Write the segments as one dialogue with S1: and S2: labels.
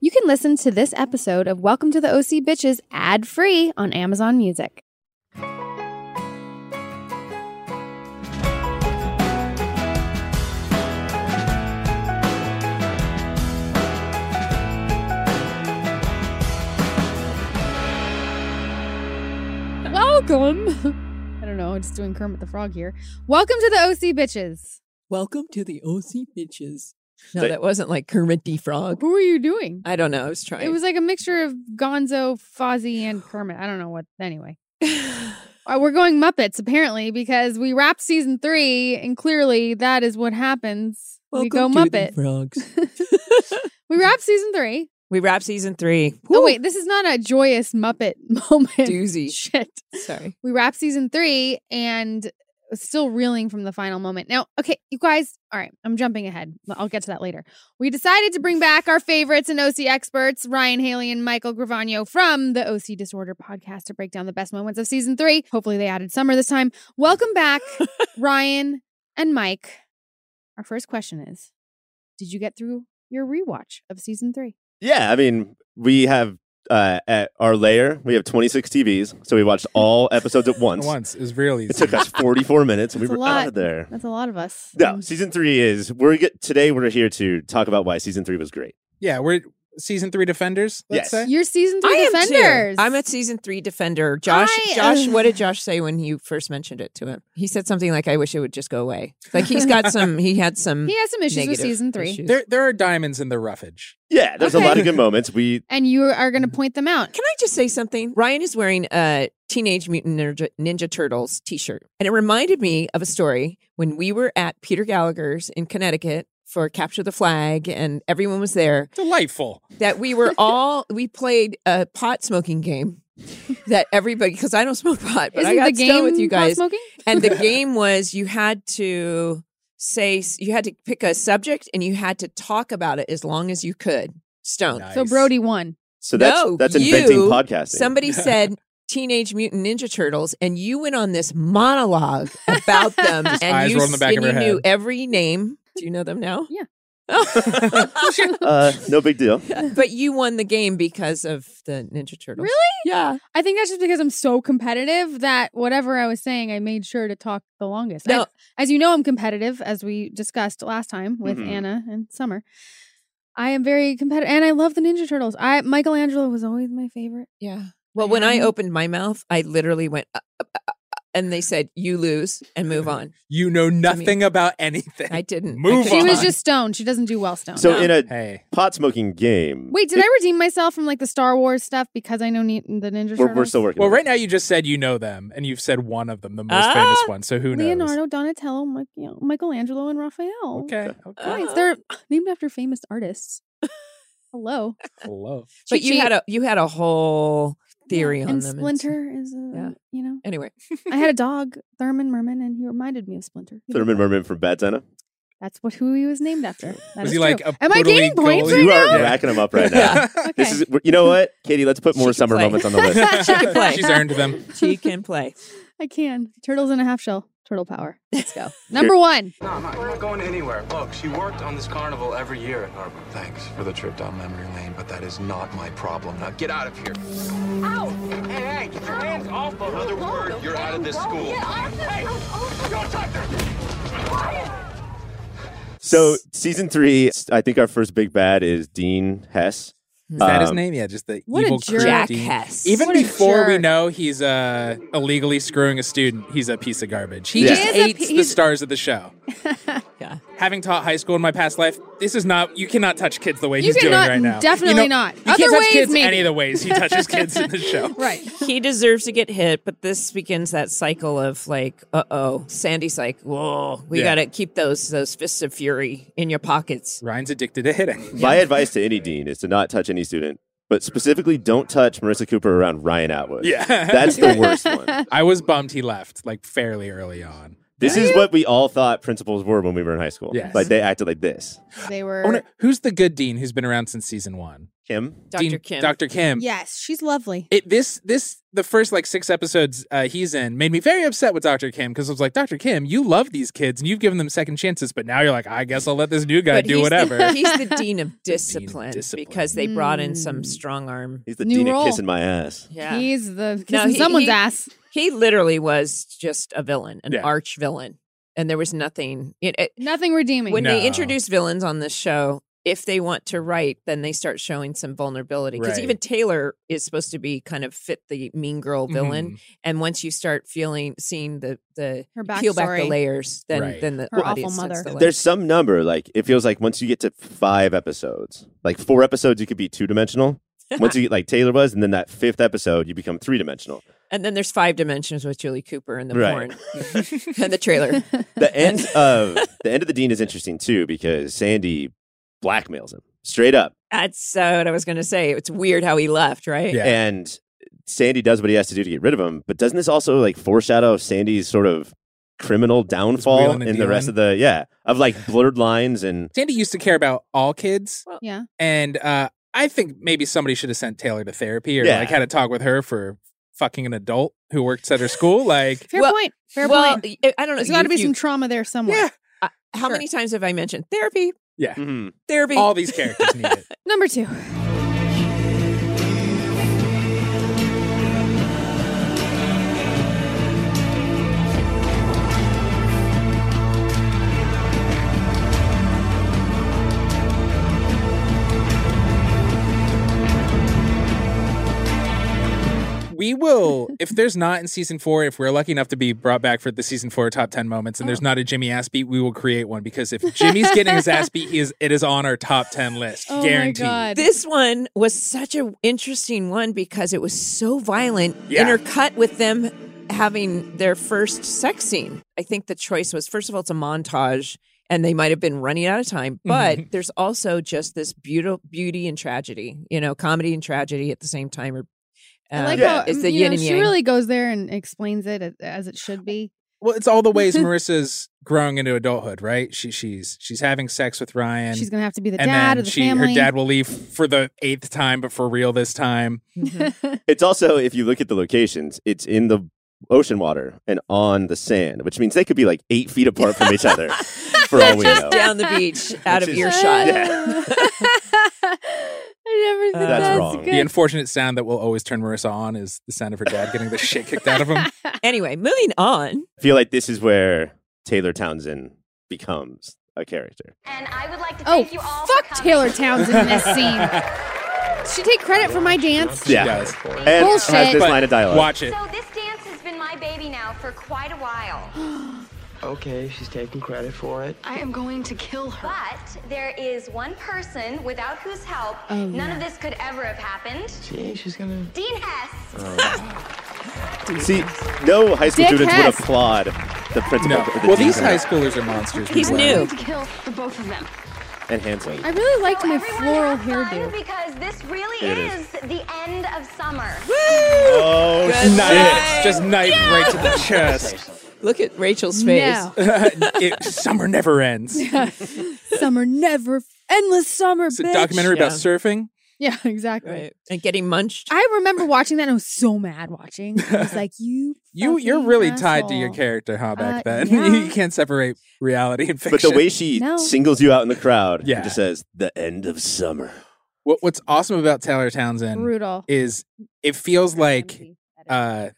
S1: You can listen to this episode of Welcome to the OC Bitches ad free on Amazon Music. Welcome. I don't know, just doing Kermit the Frog here. Welcome to the OC Bitches.
S2: Welcome to the OC bitches. No,
S3: They-
S2: that wasn't like Kermit D. Frog.
S1: Who are you doing?
S2: I don't know. I was trying.
S1: It was like a mixture of Gonzo, Fozzie, and Kermit. I don't know what. Anyway, Uh, we're going Muppets apparently because we wrapped season three, and clearly that is what happens. we go
S2: Welcome to the
S1: Muppet.
S2: frogs.
S1: we wrap season three.
S2: we wrap season three.
S1: Oh
S2: Woo,
S1: wait, this is not a joyous Muppet moment.
S2: doozy.
S1: Shit.
S2: Sorry.
S1: We wrap season three and uh, still reeling from the final moment. Now, okay, you guys, all right, I'm jumping ahead. I'll get to that later. We decided to bring back our favorites and OC experts, Ryan Haley and Michael Gravano from the OC Disorder podcast to break down the best moments of season three. Hopefully, they added summer this time. Welcome back, Ryan and Mike. Our first question is Did you get through your rewatch of season three?
S3: Yeah, I mean, we have uh, at our layer, we have 26 TVs, so we watched all episodes at once.
S4: once is real
S3: It
S4: easy.
S3: took us 44 minutes, and we
S1: That's a
S3: were out
S1: lot.
S3: of there.
S1: That's a lot of us.
S3: No, season three is we're good, today. We're here to talk about why season three was great.
S4: yeah, we're season three defenders. Let's
S3: Yes.
S4: say.
S1: You're season three
S2: I am too.
S1: defenders.
S2: I'm at season three defender. Josh,
S1: I-
S2: Josh, what did Josh say when you first mentioned it to him? He said something like, "I wish it would just go away." Like he's got some. He had some.
S1: He has some issues with
S2: negative
S1: season three.
S2: issues.
S4: There, there are diamonds in the roughage.
S3: Yeah, there's
S1: Okay.
S3: a lot of good moments. We
S1: and you are going to point them out.
S2: Can I just say something? Ryan is wearing a Teenage Mutant Ninja, Ninja Turtles t shirt. And it reminded me of a story when we were at Peter Gallagher's in Connecticut for Capture the Flag and everyone was there.
S4: Delightful.
S2: That we were all, we played a pot smoking game that everybody, because I don't smoke pot, but
S1: Isn't
S2: I got
S1: the game
S2: stoned with you
S1: pot
S2: guys.
S1: smoking?
S2: And the game was you had to say, you had to pick a subject and you had to talk about it as long as you could. Stoned.
S4: Nice.
S1: So Brody won.
S3: so that's
S2: No,
S3: that's inventing
S2: you-
S3: podcasting.
S2: Somebody said Teenage Mutant Ninja Turtles, and you went on this monologue about them, and
S4: eyes
S2: you,
S4: rolled in the back
S2: and
S4: of her
S2: you knew
S4: head.
S2: every name. Do you know them now?
S1: Yeah.
S3: uh, no big deal.
S2: but you won the game because of the Ninja Turtles.
S1: Really?
S2: Yeah.
S1: I think that's just because I'm so competitive that whatever I was saying, I made sure to talk the longest.
S2: No.
S1: I- as you know, I'm competitive, as we discussed last time with
S3: Mhm.
S1: Anna and Summer. I am very competitive, and I love the Ninja Turtles. I Michelangelo was always my favorite.
S2: Yeah. Well, when I
S1: Yeah.
S2: opened my mouth, I literally went, uh, uh, uh, uh, and they said, "You lose and move on."
S4: You know nothing about anything.
S2: I didn't. I
S4: Move
S2: couldn't
S1: She was
S2: talk.
S1: just stoned. She doesn't do well stoned.
S3: So
S2: No.
S3: in a
S4: hey,
S3: pot smoking game.
S1: Wait, did
S3: it-
S1: I redeem myself from like the Star Wars stuff because I know ne- the Ninja Turtles?
S3: We're, we're still working.
S4: well,
S3: on it.
S4: right now you just said you know them, and you've said one of them, the most
S2: Ah!
S4: famous one. So who knows?
S1: Leonardo, Donatello, Mich- you know, Michelangelo, and Raphael.
S4: Okay. Okay.
S1: Guys,
S2: Oh.
S1: they're named after famous artists. Hello.
S4: Hello.
S2: But you
S1: Chi-Chi.
S2: had a you had a whole theory
S1: Yeah,
S2: on
S1: and
S2: them. and-
S1: Splinter is a,
S2: Yeah.
S1: you know.
S2: Anyway,
S1: I had a dog, Thurman Merman, and he reminded me of Splinter. He
S3: Thurman
S1: looked like-
S3: Merman from Bad Santa.
S1: That's what who he was named after. That
S4: Was
S1: is
S4: he like
S1: true.
S4: a
S1: Am I
S4: Puerto
S1: gaining
S4: Rico
S1: points
S4: leader?
S1: right
S3: You are
S4: Yeah.
S3: racking them up right now.
S2: Yeah.
S1: Okay.
S3: This is you know what, Katie. Let's put
S2: She
S3: more
S2: can
S3: summer
S2: play.
S3: moments on the list.
S2: She can play.
S4: She's earned them.
S2: she can play.
S1: I can. Turtles in a half shell. Turtle power. Let's go. Number one.
S5: No, I'm not, I'm not going anywhere. Look, she worked on this carnival every year at Narberth. Thanks for the trip down memory lane, but that is not my problem. Now get out of here.
S6: Ow!
S5: Hey, hey, get your hands off of
S6: Another
S5: Another word, you're out of this school.
S6: Hey,
S5: Don't touch her!
S3: So season three, I think our first big bad is Dean Hess.
S4: Is that his
S3: Um,
S4: name? Yeah, just the
S1: What a
S4: evil
S1: jerk.
S2: Jack
S4: creepy-
S2: Hess.
S4: Even
S1: What a
S4: before we
S1: jerk.
S4: know he's uh, illegally screwing a student, he's a piece of garbage. He
S2: Yeah.
S4: just
S1: He is a
S4: hates
S1: pi-
S4: the
S1: he's-
S4: stars of the show.
S2: Yeah.
S4: Having taught high school in my past life, this is not. You cannot touch kids the way
S1: You
S4: he's
S1: cannot-
S4: doing right now.
S1: definitely
S4: You know,
S1: not.
S4: You
S1: Other
S4: can't touch
S1: ways,
S4: kids
S1: maybe.
S4: any of the ways he touches kids in the show.
S1: Right.
S2: he deserves to get hit, but this begins that cycle of like, uh oh, Sandy's like, whoa, we
S4: Yeah.
S2: gotta keep those those fists of fury in your pockets.
S4: Ryan's addicted to hitting.
S3: My advice to any dean is to not touch any student, but specifically don't touch Marissa Cooper around Ryan Atwood.
S4: Yeah.
S3: That's the worst one.
S4: I was bummed he left like fairly early on.
S3: This is what we all thought principals were when we were in high school.
S4: Yes.
S3: Like they acted like this.
S1: They
S4: I
S1: were.
S4: wonder, who's the good dean who's been around since season one?
S3: Kim.
S2: Dr.
S4: Dean-
S2: Kim.
S4: Dr. Kim.
S1: Yes, she's lovely.
S4: It, this this the first like six episodes uh, he's in made me very upset with Dr. Kim because I was like, Dr. Kim, you love these kids and you've given them second chances, but now you're like, I guess I'll let this new guy
S2: But
S4: do
S2: he's the-
S4: whatever.
S2: he's the dean of discipline,
S4: discipline.
S2: because they brought in some
S1: Mm.
S2: strong arm.
S3: He's the
S1: New
S3: dean
S1: role.
S3: of kissing my ass.
S2: Yeah. He,
S1: He's the kissing
S2: No, he-
S1: someone's
S2: he-
S1: ass.
S2: literally was just a villain, an
S4: Yeah.
S2: arch villain. And there was nothing. It, it,
S1: Nothing redeeming.
S2: when they
S4: No.
S2: introduce villains on this show, if they want to write, then they start showing some vulnerability. Because
S4: Right.
S2: even Taylor is supposed to be kind of fit the mean girl villain.
S4: Mhm.
S2: And once you start feeling, seeing the, the
S1: her
S2: peel back the
S1: backstory.
S2: layers, then,
S4: Right.
S2: then the
S1: Her awful
S2: audience
S1: mother.
S2: sets the
S3: There's some number. Like it feels like once you get to five episodes, like four episodes, you could be two dimensional. Once you get like Taylor was, and then that fifth episode, you become three dimensional.
S2: And then there's five dimensions with Julie Cooper and the
S3: Right.
S2: porn and the trailer.
S3: The end of the end of the dean is interesting too because Sandy blackmails him straight up,
S2: That's uh, what I was going to say. It's weird how he left, right?
S4: Yeah.
S3: and Sandy does what he has to do to get rid of him. But doesn't this also like foreshadow Sandy's sort of criminal downfall
S4: wheeling and
S3: in the rest
S4: dealing.
S3: of the yeah of like blurred lines and
S4: Sandy used to care about all kids.
S1: yeah.
S4: And uh, I think maybe somebody should have sent Taylor to therapy or
S3: Yeah.
S4: like had a talk with her for fucking an adult who works at her school. Like,
S1: Fair
S2: Well-
S1: point. Fair
S2: well,
S1: point.
S2: I- I don't know.
S1: There's got to
S2: you-
S1: be
S2: you-
S1: some trauma there somewhere.
S4: yeah,
S2: How
S4: sure.
S2: many times have I mentioned therapy?
S3: Mhm.
S2: Therapy.
S4: all these characters need it.
S1: Number two.
S4: We will, if there's not in season four, if we're lucky enough to be brought back for the season four top 10 moments and there's
S1: Uh-huh.
S4: not a Jimmy ass beat, we will create one because if Jimmy's getting his ass beat, he is, it is on our top 10 list.
S1: Oh
S4: guaranteed.
S1: my god.
S2: This one was such an interesting one because it was so violent,
S4: Yeah.
S2: intercut with them having their first sex scene. I think the choice was first of all, it's a montage and they might have been running out of time,
S3: Mm-hmm.
S2: but there's also just this beautiful beauty and tragedy, you know, comedy and tragedy at the same time. Or,
S4: Um,
S1: I like
S3: Yeah.
S1: how mm,
S2: it's the
S1: you
S2: yin
S1: know,
S2: and
S1: she
S2: yang.
S1: really goes there and explains it as- as it should be.
S4: Well, it's all the ways Marissa's growing into adulthood, right? She, she's she's having sex with Ryan.
S1: She's gonna have to be the
S4: and
S1: dad
S4: then
S1: of the
S4: she,
S1: family.
S4: her dad will leave for the eighth time, but for real this time.
S2: Mhm.
S3: It's also, if you look at the locations, it's in the ocean water and on the sand, which means they could be like eight feet apart from each other for all we know.
S2: down the beach out of
S3: Which is-
S2: earshot.
S3: Yeah.
S1: I never thought
S2: That's
S1: that's
S3: wrong.
S1: Good.
S4: The unfortunate sound that will always turn Marissa on is the sound of her dad getting the shit kicked out of him.
S2: Anyway, moving on.
S3: I feel like this is where Taylor Townsend becomes a character.
S6: And I would like to
S1: oh,
S6: thank you all
S1: fuck
S6: for coming.
S1: Taylor Townsend in this scene. She take credit for my dance.
S3: Yeah.
S4: does.
S3: And
S1: Bullshit.
S3: has this
S4: But
S3: line of dialogue.
S4: Watch it.
S6: So this dance has been my baby now for quite a while.
S7: Okay, she's taking credit for it.
S8: I am going to kill her.
S6: But there is one person without whose help
S1: Oh,
S6: none of this could ever have happened.
S7: See, she's gonna.
S6: Dean Hess.
S3: See, no high school
S1: Dick
S3: students would
S1: Hess.
S3: applaud the principal.
S4: No.
S3: of the
S4: Well, these
S3: dean's
S4: high
S3: office
S4: schoolers are monsters.
S2: He's
S4: Wow.
S2: new.
S8: I'm going to kill the both of them.
S3: and handsome.
S1: I really liked
S6: So
S1: my
S6: everyone
S1: floral
S6: have fun
S1: hairdo.
S6: Because this really
S3: It
S6: is.
S3: is.
S6: the end of summer.
S3: Oh,
S2: Good
S3: shit.
S4: Knife.
S2: Nice.
S4: Just knife right to the chest.
S2: Look at Rachel's face.
S1: No.
S4: It- summer never ends. It's
S1: summer never endless summer.
S4: a
S1: bitch.
S4: documentary about
S2: Yeah.
S4: surfing.
S1: Yeah, exactly.
S2: Right. And getting munched.
S1: I remember watching that and I was so mad watching. I was like, you
S4: You you're
S1: fucking
S4: really tied to your
S1: asshole.
S4: character, huh? Back
S1: Uh,
S4: then,
S1: yeah.
S4: you can't separate reality and fiction.
S3: But the way she
S1: No.
S3: singles you out in the crowd and
S4: Yeah.
S3: just says, the end of summer.
S4: What, what's awesome about Taylor Townsend
S1: Brutal.
S4: is it feels like
S1: Empty.
S4: uh,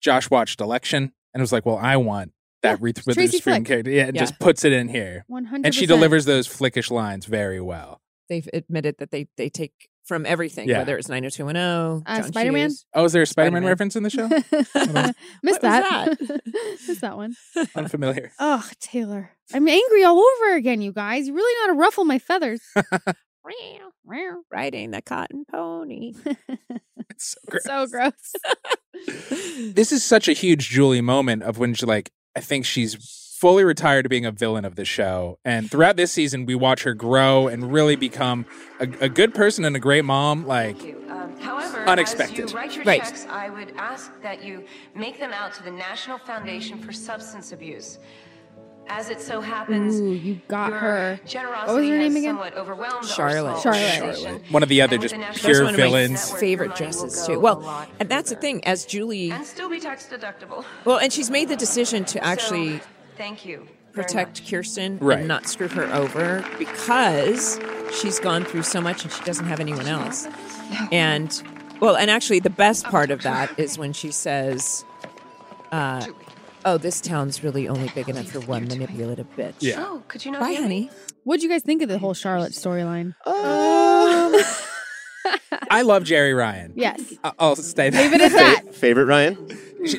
S4: Josh watched Election and was like, "Well, I want that Reith
S1: Tracy
S4: Witherspoon
S1: Flick.
S4: character," yeah, and
S2: Yeah.
S4: just puts it in here.
S1: 100%.
S4: And she delivers those flickish lines very well.
S2: They've admitted that they, they take from everything,
S4: Yeah.
S2: whether it's 90210,
S1: Uh,
S2: John
S1: Spider-Man?
S2: Hughes.
S4: Oh, is there a Spider-Man,
S2: Spider-Man.
S4: reference in the show?
S1: Missed
S4: Uh-huh.
S2: What was
S1: that.
S2: that?
S1: Missed Oh. that one.
S4: Unfamiliar.
S1: Oh, Taylor. I'm angry all over again, you guys. You really know how to ruffle my feathers. Meow.
S2: Riding the cotton pony.
S4: It's
S1: so
S4: so gross.
S1: gross.
S4: This is such a huge Julie moment of when she like I think she's fully retired to being a villain of the show. And throughout this season, we watch her grow and really become a, a good person and a great mom. Like
S9: Thank you. Um, however,
S4: Unexpected.
S9: As you write your
S2: Right.
S9: checks, I would ask that you make them out to the National Foundation for Substance Abuse. As it so happens,
S1: Ooh, you got
S9: your
S1: her.
S9: Generosity
S1: What was her
S9: has
S1: name again?
S9: somewhat overwhelmed our
S2: Charlotte.
S9: small
S1: Charlotte.
S9: organization.
S4: One of the other
S9: And with
S4: just
S9: the
S4: pure
S2: That's one of my
S4: villains.
S2: favorite dresses too. Well, and that's the thing. As Julie,
S9: And still be tax deductible.
S2: well, and she's made the decision to actually
S9: So, thank you. very much.
S2: protect Kirsten
S4: Right.
S2: and not screw her over because she's gone through so much and she doesn't have anyone else. And well, and actually, the best part of that is when she says, uh, "Oh, this town's really only big enough for one manipulative bitch."
S4: Yeah.
S9: Oh, could you not?
S2: Bye,
S9: hear me?
S2: honey.
S1: What'd you guys think of the whole Charlotte storyline?
S4: I love Jerry Ryan.
S1: Yes.
S4: I- I'll stay there.
S1: Oh, Leave it at that.
S3: Favorite Ryan?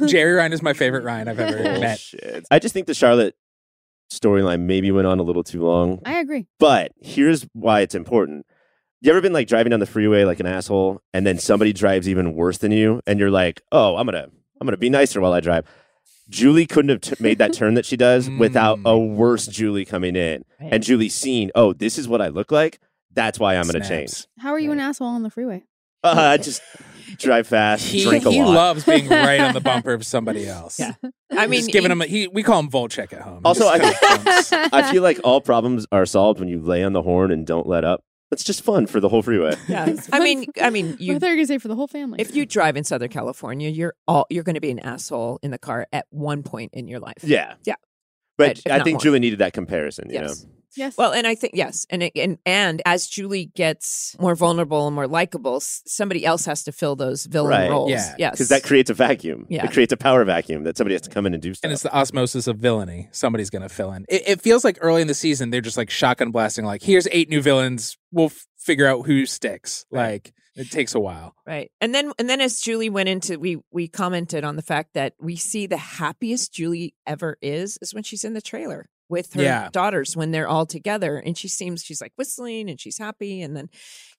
S4: Jerry Ryan is my favorite Ryan I've ever met.
S3: Bullshit. I just think the Charlotte storyline maybe went on a little too long.
S1: I agree.
S3: But here's why it's important. You ever been like driving down the freeway like an asshole, and then somebody drives even worse than you, and you're like, "Oh, I'm gonna, I'm gonna be nicer while I drive." Julie couldn't have t- made that turn that she does without a
S4: Mm.
S3: worse Julie coming in, and Julie seeing, "Oh, this is what I look like." That's why I'm gonna change.
S4: Snaps.
S1: How are you an asshole on the freeway?
S3: Uh, I just drive fast,
S4: He,
S3: drink a
S4: he
S3: lot.
S4: loves being right on the bumper of somebody else.
S2: Yeah. I mean,
S4: just giving him. A, he we call him Volchek at home.
S3: Also,
S4: Just
S3: I-
S4: kind of bumps.
S3: I feel like all problems are solved when you lay on the horn and don't let up. That's just fun for the whole freeway.
S2: yeah. I mean, I
S1: I
S2: mean, you.
S1: thought you were gonna say for the whole family.
S2: If you drive in Southern California, you're all you're going to be an asshole in the car at one point in your life.
S3: Yeah.
S2: Yeah. Right,
S3: But
S2: if
S3: I
S2: not
S3: think
S2: more.
S3: Julie needed that comparison, you
S2: Yes.
S3: know?
S1: yes.
S2: Well, and I think yes, and it- and and as Julie gets more vulnerable and more likable, s- somebody else has to fill those villain
S3: Right.
S2: roles.
S4: Yeah.
S2: Yes,
S3: Because that creates a vacuum.
S2: Yeah.
S3: It creates a power vacuum that somebody has to come in and do stuff.
S4: and it's the osmosis of villainy. Somebody's going to fill in. It, it feels like early in the season they're just like shotgun blasting. Like here's eight new villains. We'll f- figure out who sticks. Like it takes a while.
S2: right. And then and then as Julie went into, we we commented on the fact that we see the happiest Julie ever is is when she's in the trailer with her
S4: Yeah.
S2: daughters when they're all together, and she seems she's like whistling and she's happy, and then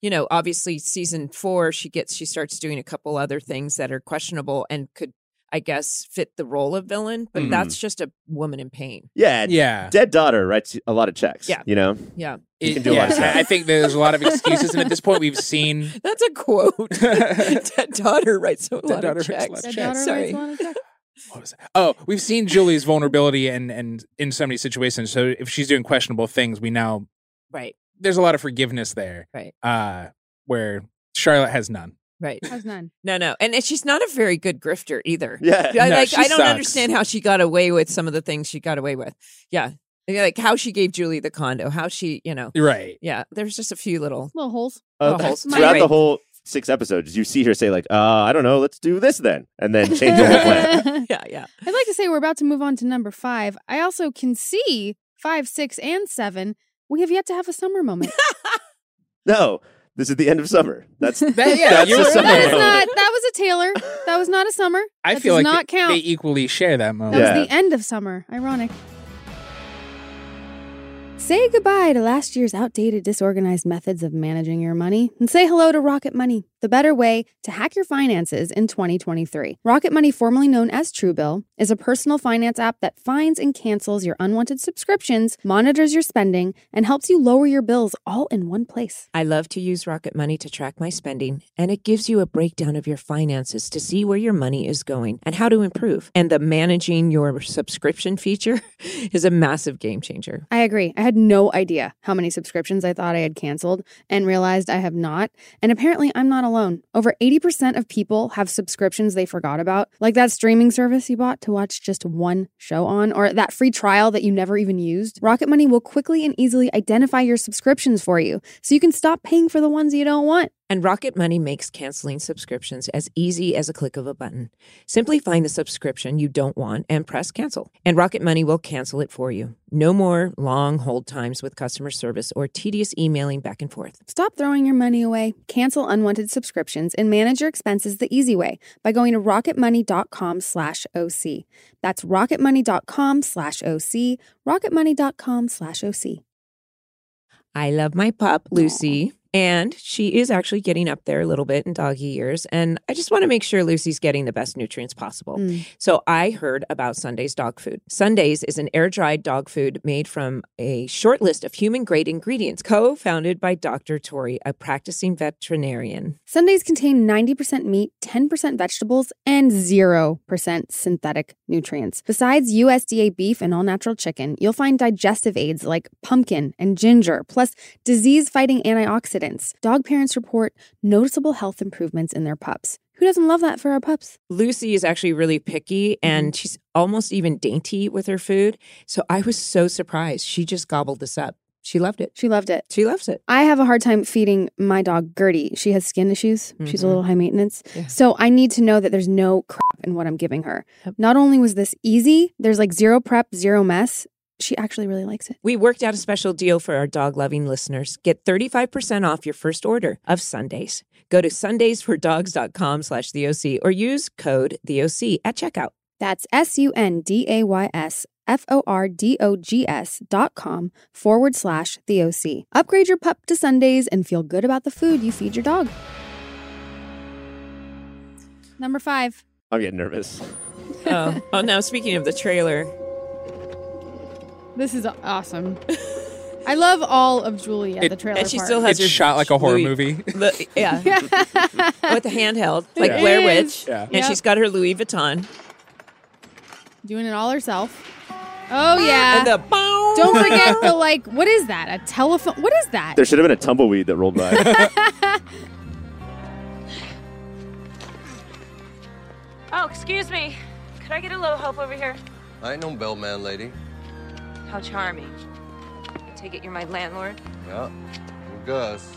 S2: you know obviously season four she gets she starts doing a couple other things that are questionable and could. I guess fit the role of villain, but
S3: Mhm.
S2: that's
S4: Mm-hmm.
S2: just a woman in pain.
S3: yeah. d-
S4: Yeah,
S3: Dead daughter writes a lot of checks.
S2: Yeah.
S3: You know?
S2: Yeah.
S3: You
S4: It-
S3: can do a lot of
S4: yeah,
S3: stuff.
S4: I I think there's a lot of excuses, and at this point we've seen.
S2: That's a quote. Dead daughter writes a lot
S4: daughter
S2: of
S4: writes a lot
S2: checks.
S4: of
S1: That
S4: Check.
S1: daughter
S2: Sorry.
S1: writes one check.
S4: What was that? Oh, we've seen Julie's vulnerability and and in so many situations. So if she's doing questionable things, we now
S2: Right,
S4: there's a lot of forgiveness there.
S2: Right.
S4: Uh where Charlotte has none.
S2: right.
S1: How's none?
S2: No, no. And and she's not a very good grifter either.
S3: Yeah.
S2: I,
S4: No,
S2: like,
S4: she
S2: I don't
S4: sucks.
S2: understand how she got away with some of the things she got away with. Yeah. Like how she gave Julie the condo, how she, you know.
S4: Right.
S2: Yeah, there's just a few little.
S1: Little holes.
S3: Uh,
S2: Oh,
S3: throughout
S2: my-
S3: the whole six episodes, you see her say, like, uh, I don't know, let's do this then. And then change the whole plan.
S1: I'd
S2: Yeah, yeah.
S1: like to say we're about to move on to number five. I also can see five, six, and seven. We have yet to have a summer moment.
S3: No. This is the end of summer. That's
S4: That- yeah,
S3: that's
S4: you
S3: the
S4: were
S3: summer.
S1: that is
S4: right.
S3: moment.
S1: not. That was a Taylor. That was not a summer.
S4: I
S1: That
S4: feel
S1: does
S4: like
S1: not
S4: they,
S1: count.
S4: they equally share that
S1: That
S4: moment.
S3: Yeah.
S1: was the end of summer. Ironic. Say goodbye to last year's outdated, disorganized methods of managing your money and say hello to Rocket Money, the better way to hack your finances in 2023. Rocket Money, formerly known as Truebill, is a personal finance app that finds and cancels your unwanted subscriptions, monitors your spending, and helps you lower your bills all in one place.
S2: I love to use Rocket Money to track my spending, and it gives you a breakdown of your finances to see where your money is going and how to improve. And the managing your subscription feature is a massive game changer.
S1: I agree. I had no idea how many subscriptions I thought I had canceled and realized I have not. And apparently, I'm not alone. Over 80% of people have subscriptions they forgot about, like that streaming service you bought to watch just one show on, or that free trial that you never even used. Rocket Money will quickly and easily identify your subscriptions for you so you can stop paying for the ones you don't want.
S2: And Rocket Money makes canceling subscriptions as easy as a click of a button. Simply find the subscription you don't want and press cancel. And Rocket Money will cancel it for you. No more long hold times with customer service or tedious emailing back and forth.
S1: Stop throwing your money away, cancel unwanted subscriptions, and manage your expenses the easy way by going to rocketmoney.com slash OC. That's rocketmoney.com slash OC, rocketmoney.com slash OC.
S2: I love my pup, Lucy. And she is actually getting up there a little bit in doggy years. And I just want to make sure Lucy's getting the best nutrients possible.
S1: Mm.
S2: So I heard about Sunday's dog food. Sunday's is an air dried dog food made from a short list of human grade ingredients, co founded by Dr. Tori, a practicing veterinarian.
S1: Sundays contain 90% meat, 10% vegetables, and 0% synthetic nutrients. Besides USDA beef and all natural chicken, you'll find digestive aids like pumpkin and ginger, plus disease fighting antioxidants. Dog parents report noticeable health improvements in their pups. Who doesn't love that for our pups?
S2: Lucy is actually really picky and she's almost even dainty with her food. So I was so surprised. She just gobbled this up. She loved it.
S1: She loved it.
S2: She loves it.
S1: I have a hard time feeding my dog Gertie. She has skin issues. She's a
S2: Mhm.
S1: little high maintenance.
S2: Yeah.
S1: So I need to know that there's no crap in what I'm giving her. Not only was this easy, there's like zero prep, zero mess. She actually really likes it.
S2: We worked out a special deal for our dog loving listeners. Get 35% off your first order of Sundays. Go to sundaysfordogs.com slash DOC or use code DOC at checkout.
S1: That's S U N D A Y S F O R D O G S dot com forward slash the OC. Upgrade your pup to Sundays and feel good about the food you feed your dog. Number five.
S3: I'm getting nervous.
S2: oh, oh, now speaking of the trailer,
S1: This is awesome. I love all of Julia, the trailer.
S2: and she
S1: part.
S2: still has
S4: It's
S2: her
S4: shot like a horror
S2: Louis-
S4: movie.
S2: the- yeah, with the handheld, like
S1: It
S2: Blair
S1: is.
S2: Witch,
S4: Yeah.
S2: and
S1: Yep.
S2: she's got her Louis Vuitton
S1: doing it all herself. Oh yeah.
S2: and the boom.
S1: Don't forget the like what is that? A telephone what is that?
S3: There should have been a tumbleweed that rolled by.
S9: Oh, excuse me. Could I get a little help over here?
S5: I ain't no bellman lady.
S9: How charming. I take it you're my landlord.
S5: Yeah. I'm Gus.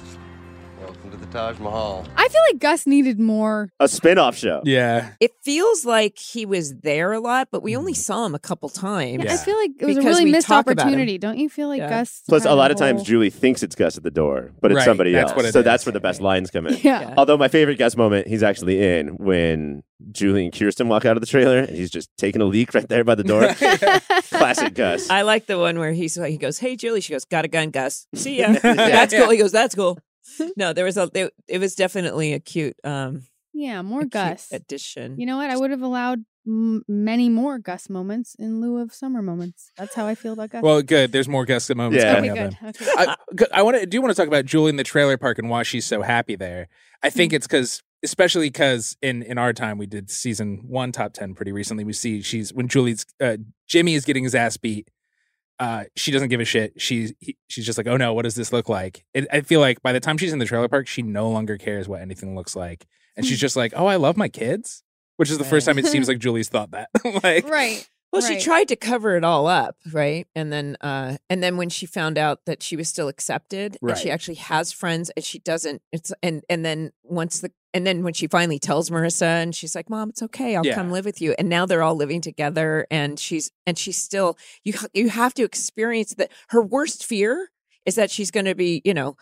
S5: Welcome to the Taj Mahal.
S1: I feel like Gus needed more.
S3: a spin-off show.
S4: Yeah.
S2: It feels like he was there a lot, but we only saw him a couple times.
S1: I
S4: Mm. Yeah.
S1: feel like it was
S2: Because
S1: a really
S2: we
S1: missed
S2: talk about him.
S1: opportunity. Don't you feel like
S2: Yeah.
S1: Gus
S3: Plus,
S1: had
S3: a lot of
S1: whole-
S2: Oh.
S3: times Julie thinks it's Gus at the door, but it's
S4: Right,
S3: somebody
S4: that's
S3: else.
S4: what it
S3: so
S4: is.
S3: that's where the best lines come in.
S1: Yeah.
S2: Yeah.
S3: Although my favorite Gus moment, he's actually in when Julie and Kirsten walk out of the trailer, and he's just taking a leak right there by the door. Classic Gus.
S2: I like the one where he's like, he goes, "Hey Julie," she goes, "Got a gun, Gus." See ya. That's
S4: Yeah.
S2: cool. He goes, "That's cool." No, there was a. It, it was definitely a cute, um,
S1: Yeah,
S2: a
S1: more
S2: cute
S1: Gus.
S2: addition.
S1: You know what? I would have allowed m- many more Gus moments in lieu of summer moments. That's how I feel about Gus.
S4: Well, good. There's more Gus moments
S3: Yeah.
S1: okay,
S4: coming up.
S1: good.
S4: then.
S1: Okay.
S4: I, I want to do want to talk about Julie in the trailer park and why she's so happy there. I
S2: Mm-hmm.
S4: think it's because, especially because in in our time we did season one top ten pretty recently. We see she's when Julie's uh, Jimmy is getting his ass beat. Uh, she doesn't give a shit. She's he, she's just like, oh no, what does this look like? It, I feel like by the time she's in the trailer park, she no longer cares what anything looks like, and
S2: Mm.
S4: she's just like, oh, I love my kids, which is the first
S2: Right.
S4: time it seems like Julie's thought that. like,
S1: right.
S2: Well,
S1: Right.
S2: she tried to cover it all up, right? And then, uh, and then when she found out that she was still accepted, and she
S4: Right.
S2: actually has friends, and she doesn't. It's and and then once the and then when she finally tells Marissa, and she's like, "Mom, it's okay. I'll
S4: Yeah.
S2: come live with you." And now they're all living together, and she's and she's still you. ha- You have to experience that. Her worst fear is that she's going to be, you know,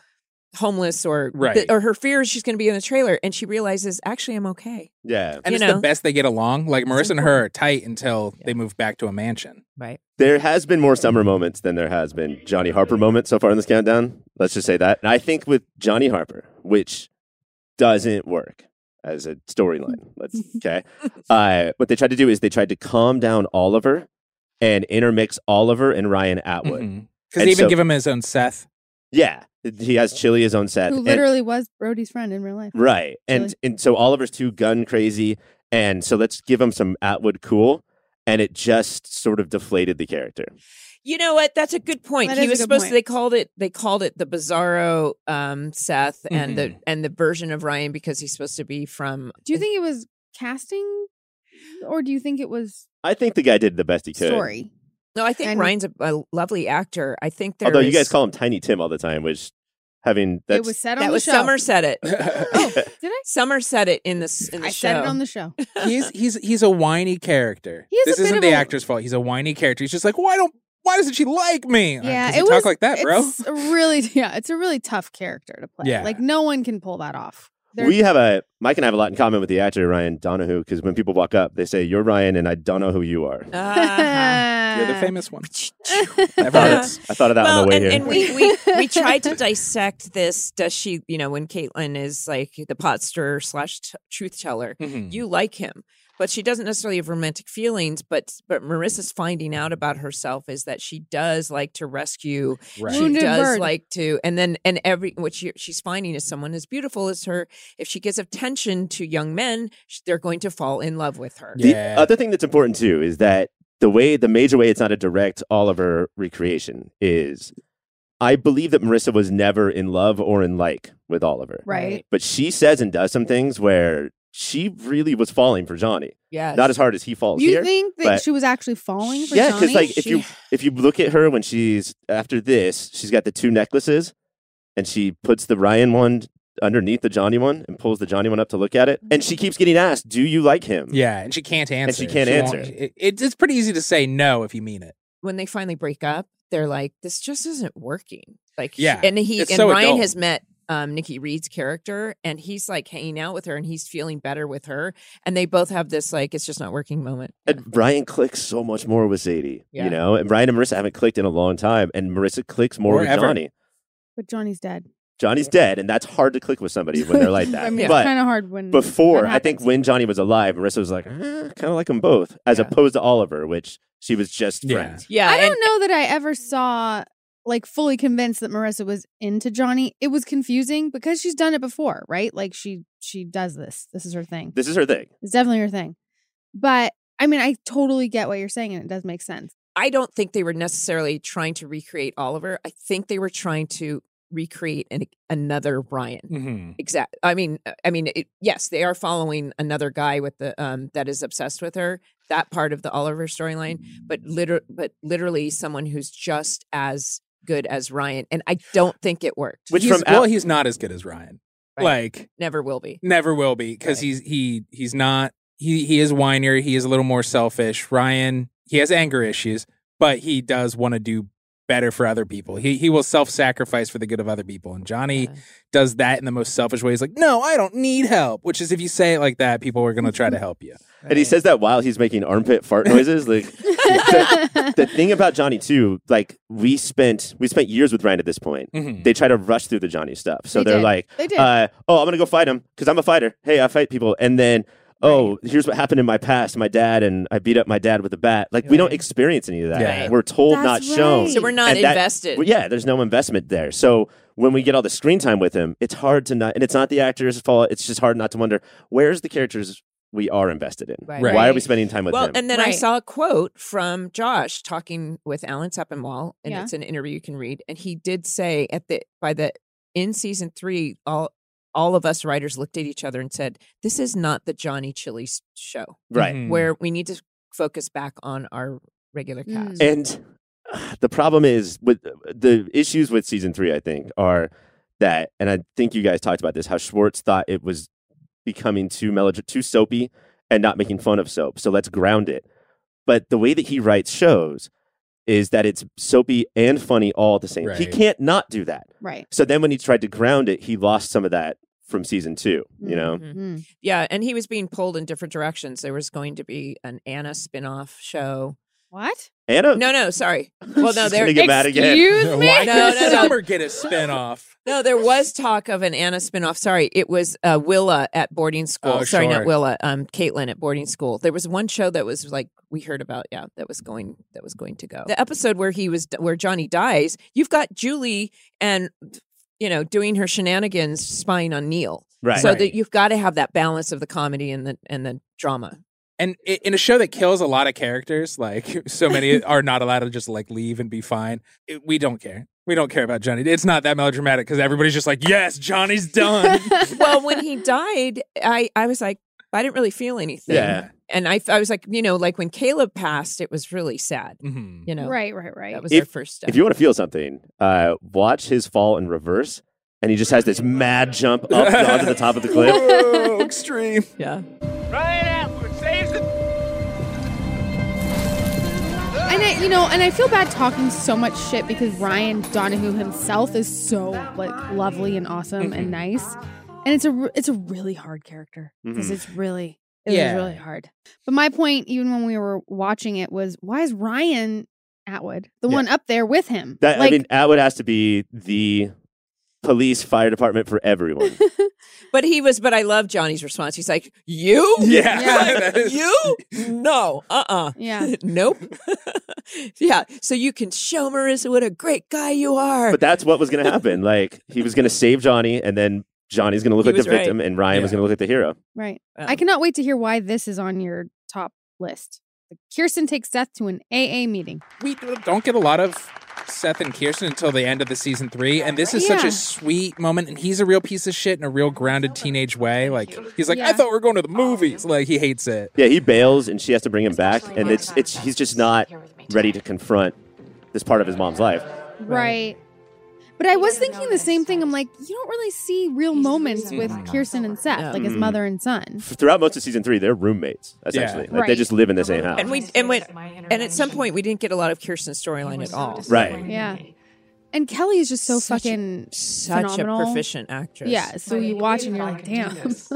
S2: homeless or
S4: Right.
S2: or her fear is she's going to be in a trailer, and she realizes actually I'm okay.
S3: yeah.
S4: and
S2: you
S4: it's
S2: know.
S4: the best they get along. Like Marissa and her are tight until
S2: Yeah.
S4: they move back to a mansion.
S2: Right.
S3: There has been more summer moments than there has been Johnny Harper moments so far in this countdown. Let's just say that. And I think with Johnny Harper, which doesn't work as a storyline. Let's okay. Uh, what they tried to do is they tried to calm down Oliver and intermix Oliver and Ryan Atwood.
S4: Because
S3: And
S4: they even
S3: so-
S4: give him his own Seth.
S3: Yeah, he has Chili his own set.
S1: Who
S3: And-
S1: literally was Brody's friend in real life.
S3: Right. And
S1: Really?
S3: and so Oliver's too gun crazy. And so let's give him some Atwood cool. And it just sort of deflated the character.
S2: You know what? That's a good point.
S1: That is
S2: he
S1: a
S2: was
S1: good
S2: supposed
S1: point.
S2: to they called it they called it the Bizarro um Seth and the
S3: Mm-hmm.
S2: and the version of Ryan because he's supposed to be from
S1: Do you think it was casting or do you think it was
S3: I think the guy did the best he could.
S1: story?
S2: No, I think
S1: And-
S2: Ryan's a, a lovely actor. I think there
S3: Although you
S2: is-
S3: guys call him Tiny Tim all the time, which having that's
S1: it was said on
S2: that
S1: the
S2: was
S1: show.
S2: Summer said it.
S1: Oh, did I?
S2: Summer said it in the s- in the
S1: I
S2: show.
S1: said it on the show.
S4: he's he's he's a whiny character.
S1: He is a
S4: this
S1: bit
S4: isn't
S1: of
S4: the
S1: a-
S4: actor's fault. He's a whiny character. He's just like, why don't why doesn't she like me? Uh,
S1: Yeah,
S4: 'cause
S1: it
S4: you
S1: was
S4: talk like that, bro.
S1: It's a really, yeah, it's a really tough character to play.
S4: Yeah.
S1: like no one can pull that off. They're-
S3: we have a Mike and I have a lot in common with the actor Ryan Donahue because when people walk up, they say, You're Ryan and I don't know who you are.
S2: Uh-huh.
S4: You're the
S1: Uh,
S4: famous one.
S3: I thought, of- I thought of that
S2: well,
S3: on the way
S2: and,
S3: here.
S2: and we, we we tried to dissect this. Does she, you know, when Caitlyn is like the pot stirrer slash t- truth teller,
S4: Mhm.
S2: you like him, but she doesn't necessarily have romantic feelings. But but Marissa's finding out about herself is that she does like to rescue. She
S1: Wounded
S2: does
S1: bird.
S2: like to, and then and every what she, she's finding is someone as beautiful as her. If she gives attention to young men, sh- they're going to fall in love with her.
S3: The
S4: Yeah.
S3: other thing that's important too is that the way, the major way it's not a direct Oliver recreation is I believe that Marissa was never in love or in like with Oliver.
S1: Right.
S3: But she says and does some things where she really was falling for Johnny.
S2: Yes.
S3: Not as hard as he falls
S1: You
S3: here.
S1: think that
S3: but-
S1: she was actually falling for
S3: yeah,
S1: Johnny?
S3: because like if
S2: she-
S3: you if you look at her when she's after this, she's got the two necklaces, and she puts the Ryan one underneath the Johnny one and pulls the Johnny one up to look at it, and she
S1: Mm-hmm.
S3: keeps getting asked, "Do you like him?"
S4: Yeah, and she can't answer.
S3: she can't
S4: won't-
S3: answer.
S4: It, it- it's pretty easy to say no if you mean it.
S2: when they finally break up, they're like, "This just isn't working." Like, she-
S4: Yeah,
S2: and he
S4: it's
S2: and
S4: so
S2: Ryan
S4: adult.
S2: has met um, Nikki Reed's character, and he's like hanging out with her, and he's feeling better with her, and they both have this like, "It's just not working" moment.
S3: And Brian clicks so much more with Zadie,
S2: Yeah.
S3: you know. And Brian and Marissa haven't clicked in a long time, and Marissa clicks more
S4: Or
S3: with
S4: ever.
S3: Johnny.
S1: but Johnny's dead.
S3: Johnny's dead, and that's hard to click with somebody when they're like that.
S1: I mean, it's
S3: but
S1: kind of hard when
S3: before,
S1: that
S3: I think
S1: happens.
S3: when Johnny was alive, Marissa was like, kind of like them both, as
S2: Yeah.
S3: opposed to Oliver, which she was just
S4: Yeah.
S3: friends.
S2: Yeah,
S1: I
S2: and-
S1: don't know that I ever saw like fully convinced that Marissa was into Johnny. It was confusing because she's done it before, right? Like she she does this. This is her thing.
S3: This is her thing.
S1: It's definitely her thing. But I mean, I totally get what you're saying, and it does make sense.
S2: I don't think they were necessarily trying to recreate Oliver. I think they were trying to recreate an, another Brian.
S3: Mm.
S4: Mm-hmm.
S2: Exact. I mean, uh, I mean, it, yes, they are following another guy with the um that is obsessed with her. That part of the Oliver storyline, but
S3: Mm.
S2: liter- but literally someone who's just as good as Ryan, and I don't think it worked.
S3: Which
S4: he's,
S3: from
S4: well,
S3: out-
S4: he's not as good as Ryan.
S2: Right.
S4: Like
S2: Never will be.
S4: never will be because
S2: Right.
S4: he's he he's not he he is whinier. He is a little more selfish. Ryan he has anger issues, but he does want to do better for other people. He he will self sacrifice for the good of other people. And Johnny
S2: Yeah.
S4: does that in the most selfish way. He's like, no, I don't need help. Which is if you say it like that, people are gonna
S2: Mm-hmm.
S4: try to help you.
S3: And he says that while he's making armpit fart noises. Like the thing about Johnny too, like we spent we spent years with Ryan at this point.
S4: Mhm.
S3: They try to rush through the Johnny stuff, so
S1: They
S3: are
S1: did.
S3: like,
S1: They did.
S3: Uh, "Oh, I'm gonna go fight him because I'm a fighter. Hey, I fight people." And then, "Oh, here's what happened in my past. My dad and I beat up my dad with a bat." Like we don't experience any of that.
S4: Yeah. Right.
S3: We're told,
S1: That's
S3: not shown.
S1: right.
S2: So we're not
S3: And that-
S2: invested.
S3: Well, yeah, there's no investment there. So when we get all the screen time with him, it's hard to not, and it's not the actor's fault. It's just hard not to wonder where's the characters we are invested in.
S2: Right.
S4: Right.
S3: Why are we spending time with
S2: well,
S3: him?
S2: and then I
S1: Right.
S2: saw a quote from Josh talking with Alan Sepinwall, and
S1: Yeah.
S2: it's an interview you can read. And he did say at the by the in season three, all all of us writers looked at each other and said, "This is not the Johnny Chili s- show,
S3: right.
S4: Mhm.
S2: where we need to focus back on our regular
S1: Mm.
S2: cast."
S3: And uh, the problem is with the issues with season three, I think, are that, and I think you guys talked about this, how Schwartz thought it was becoming too melodramatic, too soapy, and not making fun of soap. So let's ground it. But the way that he writes shows is that it's soapy and funny all at the same. He
S4: Right.
S3: can't not do that.
S1: Right.
S3: So then when he tried to ground it, he lost some of that from season two, you know?
S2: Mhm.
S1: Mm.
S2: Yeah, and he was being pulled in different directions. There was going to be an Anna spin-off show.
S1: What?
S3: Anna?
S2: No, no, sorry. Well, no,
S3: She's
S2: there
S3: gonna get mad again.
S1: Excuse me.
S4: Why
S2: No,
S4: no,
S2: no, no.
S4: Summer get a spinoff?
S2: No, there was talk of an Anna spinoff. Sorry, it was uh, Willa at boarding school.
S4: Oh,
S2: Sorry,
S4: sure.
S2: not Willa. Um, Caitlin at boarding school. There was one show that was like we heard about. Yeah, that was going. That was going to go. The episode where he was where Johnny dies. You've got Julie and you know doing her shenanigans, spying on Neil.
S3: Right.
S2: So
S4: Right.
S2: that you've got to have that balance of the comedy and the and the drama.
S4: and i- in a show that kills a lot of characters, like so many are not allowed to just like leave and be fine. It- we don't care. We don't care about Johnny. It's not that melodramatic because everybody's just like, yes, Johnny's done.
S2: well, when he died, I I was like I didn't really feel anything.
S3: Yeah.
S2: And I I was like you know like when Caleb passed, it was really sad.
S4: Mhm.
S2: You know.
S1: Right. Right. Right.
S2: That was
S3: If-
S2: their first step.
S3: If you want to feel something, uh, watch his fall in reverse, and he just has this mad jump up and onto the top of the cliff.
S4: Whoa, extreme.
S2: yeah.
S5: Ryan Atwood saves the.
S1: And I, you know, and I feel bad talking so much shit because Ryan Donahue himself is so like
S3: Mm-hmm.
S1: lovely and awesome and nice, and it's a re- it's a really hard character because
S3: Mhm.
S1: it's really It
S4: Yeah.
S1: was really hard. But my point, even when we were watching it, was why is Ryan Atwood the
S3: Yeah.
S1: one up there with him?
S3: That I mean, Atwood has to be the police fire department for everyone.
S2: But he was, but I love Johnny's response. He's like, You?
S4: Yeah.
S1: Yeah.
S4: That is-
S2: you? No. Uh uh
S1: yeah.
S2: nope. yeah. So you can show Marissa what a great guy you are.
S3: but that's what was going to happen. Like he was going to save Johnny, and then Johnny's going to look
S2: He
S3: like the
S2: was right.
S3: victim, and Ryan was
S4: Yeah.
S3: going to look like the hero.
S1: Right.
S2: Um,
S1: I cannot wait to hear why this is on your top list. Kirsten takes Seth to an AA meeting.
S4: we d- don't get a lot of Seth and Kirsten until the end of the season three, and this is such
S1: Yeah.
S4: a sweet moment. And he's a real piece of shit in a real grounded teenage way. Like he's like,
S1: Yeah.
S4: I thought we were going to the movies. Like he hates it.
S3: Yeah, he bails, and she has to bring him back, and it's it's he's just not ready to confront this part of his mom's life.
S1: Right. But I was thinking the same thing. I'm like, you don't really see real moments with Kirsten and Seth, like his mother and son.
S3: F- Throughout most of season three, they're roommates
S4: Yeah.
S3: essentially. Like, They
S1: Right.
S3: just live in the same house.
S2: and we and went and at some point we didn't get a lot of Kirsten's storyline at all.
S3: Right.
S1: Yeah. And Kelly is just so
S2: Such a-
S1: fucking
S2: Such
S1: phenomenal.
S2: a proficient actress.
S1: Yeah. So you watch and you're like, damn.
S3: Is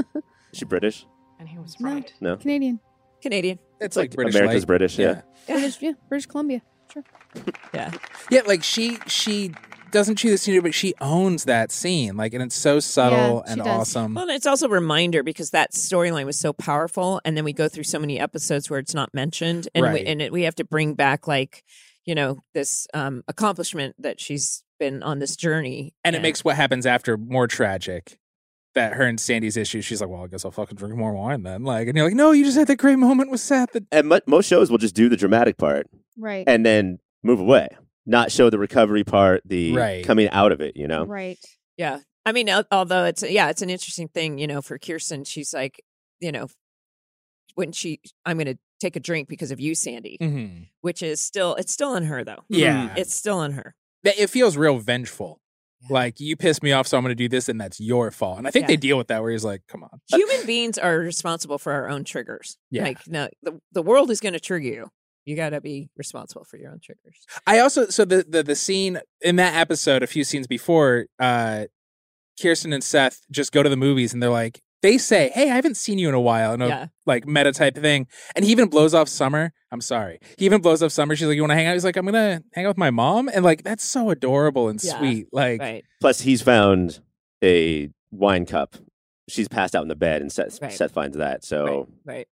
S3: she British?
S7: And he was
S1: No.
S7: right.
S3: No.
S1: Canadian.
S2: Canadian.
S4: It's like, British
S3: America's
S4: light.
S3: British, yeah.
S1: British, yeah, British Columbia. Sure.
S2: Yeah.
S4: yeah, Like she she doesn't choose the scenery, but she owns that scene. Like, and it's so subtle
S1: she
S4: and
S1: does.
S4: awesome.
S2: Well, and it's also a reminder because that storyline was so powerful, and then we go through so many episodes where it's not mentioned, and we,
S4: Right.
S2: and it, we have to bring back like, you know, this um, accomplishment that she's been on this journey,
S4: and it makes what happens after more tragic. That her and Sandy's issue, she's like, "Well, I guess I'll fucking drink more wine then." Like, and you're like, "No, you just had that great moment with Seth." that-
S3: And mo- most shows will just do the dramatic part
S1: Right.
S3: and then move away, not show the recovery part, the
S4: Right.
S3: coming out of it. You know,
S1: Right.
S2: Yeah. I mean, al- although it's, yeah, it's an interesting thing, you know, for Kirsten, she's like, you know, when she, I'm going to take a drink because of you, Sandy,
S4: Mhm.
S2: which is still, it's still on her though.
S4: Yeah,
S2: It's still on her.
S4: Mm-hmm. that it feels real vengeful.
S2: Yeah.
S4: Like you pissed me off, so I'm going to do this, and that's your fault. And I think
S2: Yeah.
S4: they deal with that where he's like, "Come on,
S2: Human beings are responsible for our own triggers.
S4: Uh, Yeah.
S2: Like, no, the, the world is going to trigger you. You got to be responsible for your own triggers.
S4: I also so the the the scene in that episode, a few scenes before, uh Kirsten and Seth just go to the movies and they're like, they say, "Hey, I haven't seen you in a while," and a
S2: Yeah.
S4: like meta type thing. And he even blows off Summer. I'm sorry, he even blows off Summer. She's like, "You want to hang out?" He's like, "I'm gonna hang out with my mom," and like that's so adorable and
S2: Yeah.
S4: sweet. Like,
S2: right.
S3: plus he's found a wine cup. She's passed out in the bed, and Seth,
S2: Right.
S3: Seth finds that. So
S2: Right. Right.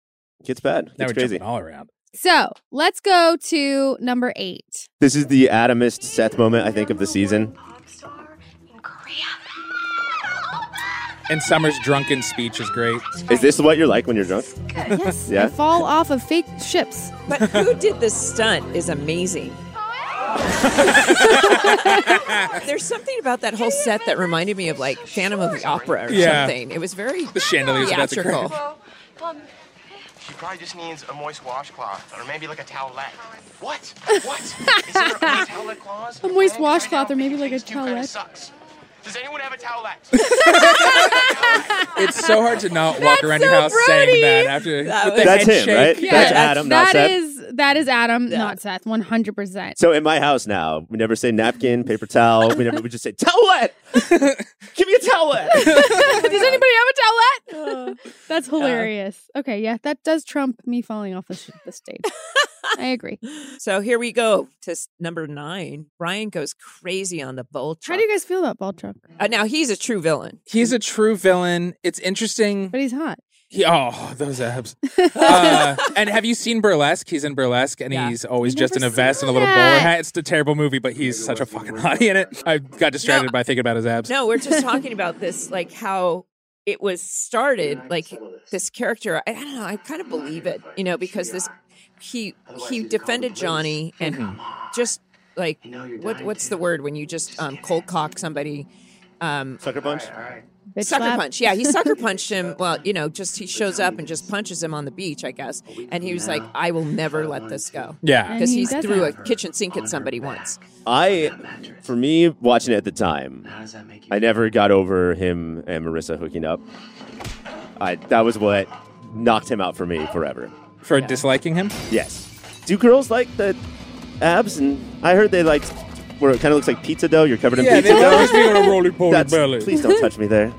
S3: It's bad.
S4: now
S3: It's
S4: we're
S3: crazy.
S4: jumping all around.
S1: So let's go to number eight.
S3: This is the Adamist Seth moment, I think, of the season.
S4: And Summer's drunken speech is great.
S3: Is this what you're like when you're drunk?
S1: Yes.
S3: Yeah.
S1: I fall off of fake ships.
S2: But who did this stunt is amazing. There's something about that whole set that reminded me of like Phantom of the Opera or
S4: Yeah.
S2: something. It was very
S4: The chandelier's about to
S2: theatrical.
S4: crack.
S5: She probably just needs a moist washcloth or maybe like a towelette. What? What? Is there a towelette clause?
S1: A moist
S5: Right
S1: washcloth
S5: now,
S1: or maybe
S5: picking
S1: like a
S5: things too kinda
S1: towelette.
S5: sucks. Does anyone have a towelette?
S4: It's so hard to not walk around your house saying that after
S2: That
S4: with
S2: was-
S4: the
S3: That's
S4: head
S3: him,
S4: shake.
S3: right?
S1: Yeah,
S3: That's
S1: that's-
S3: Adam, not
S1: that
S3: Seth.
S1: is- that is Adam,
S2: Yeah.
S1: not Seth. One hundred percent.
S3: So in my house now, we never say napkin, paper towel. We never. We just say towelette. Give me a towelette.
S1: Does anybody have a towelette? Uh, That's hilarious. Okay, yeah, that does trump me falling off the, sh- the stage. I agree.
S2: So here we go to s- number nine. Ryan goes crazy on the bull
S1: How
S2: truck.
S1: do you guys feel about ball truck?
S2: uh, now he's a true villain.
S4: He's a true villain. It's interesting.
S1: But he's hot.
S4: He, oh, those abs. uh, and have you seen Burlesque? He's in Burlesque and
S2: Yeah.
S4: he's always
S1: I've
S4: just in
S1: never
S4: a vest and a
S1: seen
S4: little bowler
S1: that.
S4: hat. It's a terrible movie, but he's such a fucking hottie in it. I got distracted by thinking about his abs.
S2: No, we're just talking about this, like how it was started, like this character. I don't know. I kind of believe it, you know, because this he he defended Johnny and just like what what's the word when you just um, cold cock somebody. Um,
S3: Sucker punch.
S1: Bitch
S2: sucker
S1: slap.
S2: punch. Yeah, he sucker punched him. Well, you know, just he shows up and just punches him on the beach, I guess. And he was like, "I will never let this go."
S4: Yeah.
S1: And
S2: because
S1: he
S2: he
S1: doesn't.
S2: threw a kitchen sink at somebody once.
S3: I, for me, watching it at the time,
S7: How does that make you?
S3: I never got over him and Marissa hooking up. I that was what knocked him out for me forever.
S4: For disliking him?
S3: Yes. Do girls like the abs? And I heard they liked where it kind of looks like pizza dough. You're covered in
S4: Yeah,
S3: pizza
S4: they
S3: dough.
S4: always be on a roly poly
S3: That's,
S4: belly.
S3: please don't touch me there.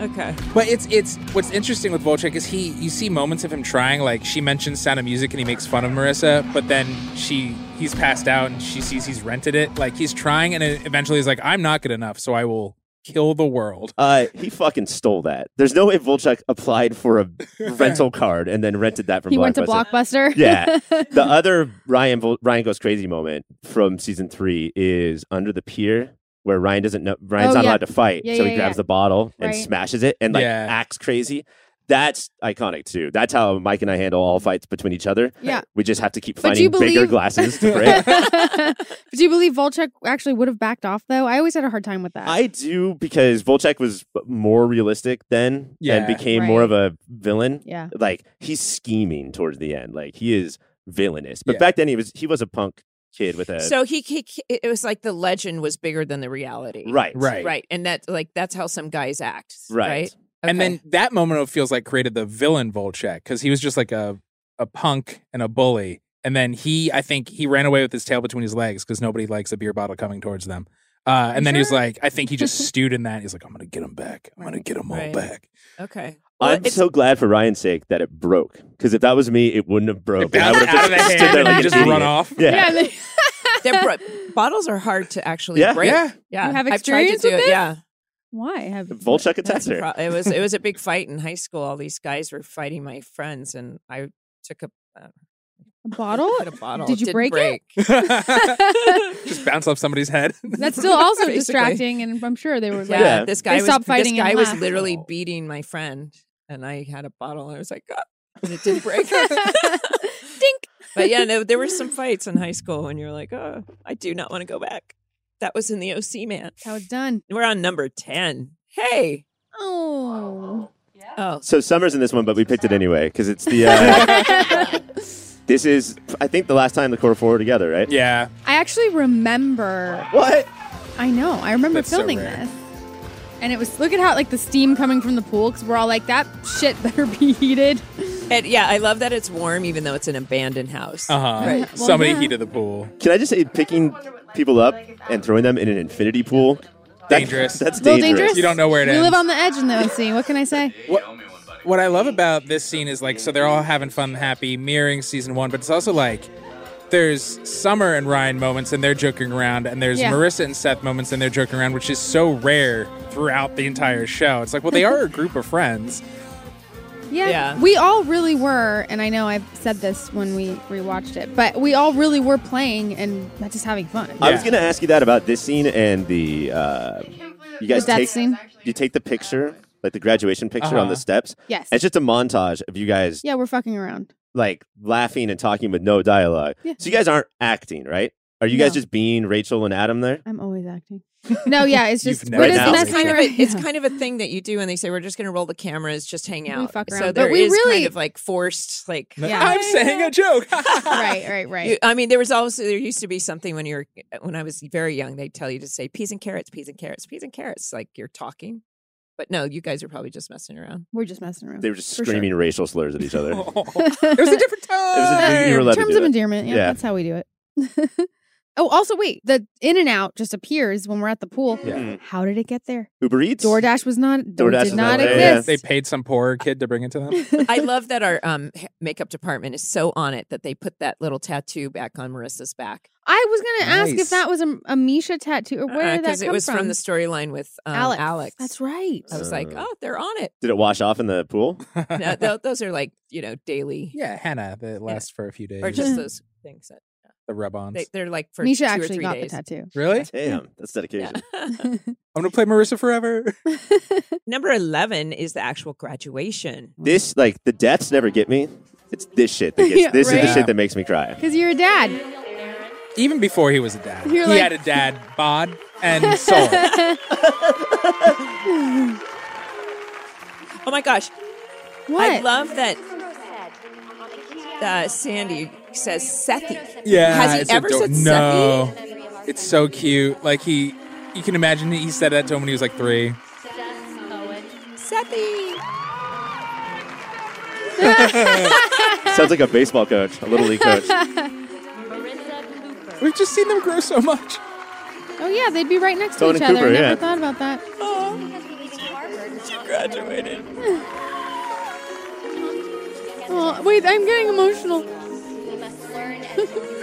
S2: Okay.
S4: But it's it's what's interesting with Volchek is he you see moments of him trying like she mentions Sound of Music and he makes fun of Marissa, but then she he's passed out and she sees he's rented it. Like he's trying and then eventually he's like I'm not good enough, so I will kill the world.
S3: Uh, he fucking stole that. There's no way Volchek applied for a rental card and then rented that from
S1: He
S3: Blockbuster.
S1: went to Blockbuster.
S3: Yeah. the other Ryan Vol- Ryan goes crazy moment from season three is under the pier where Ryan doesn't know Ryan's
S1: Oh,
S3: not
S1: yeah.
S3: allowed to fight,
S1: Yeah,
S3: so he
S1: yeah,
S3: grabs
S1: yeah.
S3: the bottle and
S1: Right.
S3: smashes it and like
S4: Yeah.
S3: acts crazy. That's iconic too. That's how Mike and I handle all fights between each other.
S1: Yeah.
S3: we just have to keep
S1: But do you
S3: finding bigger
S1: believe-
S3: glasses to break.
S1: Do you believe Volchek actually would have backed off though? I always had a hard time with that.
S3: I do because Volchek was more realistic then
S4: Yeah.
S3: and became more
S1: Right.
S3: of a villain.
S1: yeah.
S3: Like he's scheming towards the end. Like he is villainous. But
S4: Yeah.
S3: back then he was he was a punk kid with a
S2: So he, he, it was like the legend was bigger than the reality.
S3: right
S4: Right.
S2: Right. And that, like, that's how some guys act. Right.
S3: Right.
S4: And then that moment it feels like created the villain Volchek because he was just like a a punk and a bully. And then he, I think he ran away with his tail between his legs because nobody likes a beer bottle coming towards them. Uh, and then he was
S1: sure?
S4: like, I think he just stewed in that. He's like, I'm gonna get him back. I'm gonna
S2: Right.
S4: get him all
S2: Right.
S4: back.
S2: okay. Well,
S3: I'm
S2: it's-
S3: so glad for Ryan's sake that it broke. Because if that was me, it wouldn't have broke.
S4: It
S3: and I
S4: bounced
S3: would have
S4: out of the
S3: stood
S4: hand
S3: there
S4: and
S3: like
S4: just
S3: an idiot.
S4: run off.
S3: Yeah.
S1: Yeah. they-
S2: they're bro- bottles are hard to actually
S3: Yeah.
S2: break.
S4: Yeah.
S2: yeah.
S1: You have
S2: I've tried to
S1: experience
S2: do
S1: with
S2: it.
S1: this?
S2: Yeah,
S1: Why have
S3: Volchek
S2: That's
S3: attacked
S2: a
S3: her.
S2: pro- it was it was a big fight in high school. All these guys were fighting my friends, and I took a
S1: a bottle?
S2: at a bottle.
S1: Did you
S2: Didn't
S1: break it?
S4: just bounce off somebody's head.
S1: That's still also
S2: Basically.
S1: distracting, and I'm sure they were
S2: Yeah,
S1: like,
S3: Yeah.
S2: this guy
S1: They
S2: was
S1: stopped fighting
S2: This
S1: and
S2: guy was
S1: laughed.
S2: literally
S4: Oh.
S2: beating my friend, and I had a bottle, and I was like, "Ah," and it didn't break.
S1: Dink.
S2: but yeah, no, there were some fights in high school when you were like, "Oh, I do not want to go back." That was in the OC, man.
S1: How it's done.
S2: We're on number ten. Hey,
S1: Oh.
S2: oh,
S3: So Summer's in this one, but we picked it anyway because it's the. Uh, this is, I think, the last time the core four were together, right?
S4: yeah.
S1: I actually remember.
S3: What?
S1: I know. I remember
S4: That's so
S1: filming
S4: rare.
S1: this. And it was look at how like the steam coming from the pool because we're all like that shit better be heated.
S2: and yeah, I love that it's warm, even though it's an abandoned house.
S4: Uh huh.
S1: Right. Well,
S4: Somebody
S1: yeah.
S4: heated the pool.
S3: Can I just say, picking people up and throwing them in an infinity pool? that-
S4: Dangerous.
S3: That's
S1: A little
S3: dangerous.
S1: dangerous.
S4: You don't know where it
S1: we
S4: ends.
S1: live on the edge in the OC. What can I say?
S4: What I love about this scene is like, so they're all having fun and happy, mirroring season one, but it's also like there's Summer and Ryan moments and they're joking around, and there's
S1: Yeah.
S4: Marissa and Seth moments and they're joking around, which is so rare throughout the entire show. It's like, well, they are a group of friends.
S1: Yeah.
S2: Yeah.
S1: We all really were, and I know I've said this when we rewatched it, but we all really were playing and just having fun.
S3: I was
S4: Yeah.
S3: gonna ask you that about this scene and the. Uh, you guys
S1: The death
S3: take
S1: scene?
S3: you take the picture, like the graduation picture on
S4: Uh-huh.
S3: the steps.
S1: Yes.
S3: It's just a montage of you guys
S1: yeah, we're fucking around.
S3: like laughing and talking with no dialogue.
S1: Yeah.
S3: So you guys aren't acting, right? Are you guys
S1: No.
S3: just being Rachel and Adam there?
S1: I'm always acting. No, yeah, it's
S4: You've
S1: just
S4: never
S1: we're just
S3: done
S1: messing
S3: that.
S2: kind of
S1: around.
S2: a, it's
S1: Yeah.
S2: kind of a thing that you do when they say we're just going to roll the cameras, just hang out.
S1: fuck
S2: So
S1: around.
S2: there
S1: But we
S2: is
S1: really-
S2: kind of like forced, like
S1: Yeah.
S4: I'm saying a joke.
S1: right, right, right.
S2: You- I mean, there was also there used to be something when you're when I was very young. They would tell you to say peas and carrots, peas and carrots, peas and carrots, like you're talking. But no, you guys are probably just messing around.
S1: we're just messing around.
S3: They were just
S1: For sure.
S3: screaming racial slurs at each other. It
S4: it was a different
S3: was
S4: time.
S3: a- you were allowed
S1: in
S3: to
S1: terms
S3: do
S1: of
S3: that.
S1: endearment, yeah,
S3: Yeah.
S1: that's how we do it. oh, also wait, the in and out just appears when we're at the pool.
S3: Yeah.
S1: How did it get there?
S3: Uber Eats.
S1: DoorDash was not
S3: DoorDash
S1: did
S3: is
S1: not
S3: not there, yeah.
S1: exist.
S4: they paid some poor kid to bring it to them.
S2: I love that our um, ha- makeup department is so on it that they put that little tattoo back on Marissa's back
S1: I was gonna ask
S4: Nice.
S1: if that was a, a Misha tattoo or where did that
S2: because
S1: come
S2: Uh, it was from,
S1: from
S2: the storyline with um,
S1: Alex.
S2: Alex.
S1: That's right.
S2: I was like,
S3: Uh.
S2: oh, they're on it.
S3: Did it wash off in the pool?
S2: No, tho- those are like you know daily
S4: yeah, Hannah, that lasts for a few days.
S2: or just those things that
S4: the rub ons.
S2: they, they're like for
S1: Misha
S2: two
S1: actually
S2: or three
S1: got
S2: days.
S1: the tattoo.
S4: Really?
S3: Damn, that's
S2: Yeah.
S3: dedication.
S4: I'm going to play Marissa forever.
S2: Number eleven is the actual graduation.
S3: This, like, the deaths never get me. It's this shit that gets.
S1: Yeah,
S3: this is
S1: right.
S3: the shit that makes me cry.
S1: Because you're a dad.
S4: Even before he was a dad,
S1: You're
S4: he
S1: like-
S4: had a dad bod and soul.
S2: Oh my gosh,
S1: What?
S2: I love that uh, Sandy says Sethy.
S4: Yeah,
S2: Has he
S4: it's
S2: ever
S4: ador-
S2: said
S4: no? It's so cute. Like he, you can imagine that he said that to him when he was like three.
S2: Sethy.
S3: Sounds like a baseball coach, a little league coach.
S4: We've just seen them grow so much.
S1: Oh yeah, they'd be right next
S3: Tony
S1: to each other.
S3: Cooper,
S1: I never
S3: yeah.
S1: thought about that.
S2: Oh, graduated.
S1: Oh, wait, I'm getting emotional.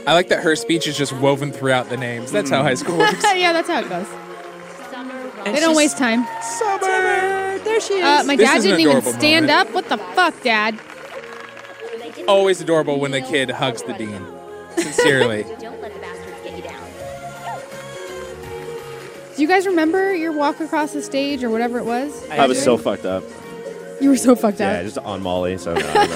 S4: I like that her speech is just woven throughout the names. That's how high school works.
S1: yeah, that's how it goes.
S2: And
S1: They don't
S2: she's-
S1: waste time.
S2: Summer. There she is.
S1: Uh, my
S4: This
S1: dad
S4: is an
S1: didn't even
S4: adorable
S1: stand
S4: moment.
S1: up. What the fuck, dad?
S4: Always adorable when the kid hugs the dean. Sincerely.
S6: Don't let the bastards get you down.
S1: Do you guys remember your walk across the stage or whatever it was?
S3: I was so fucked up.
S1: You were so fucked
S3: Yeah,
S1: up.
S3: just on Molly. So no, I remember.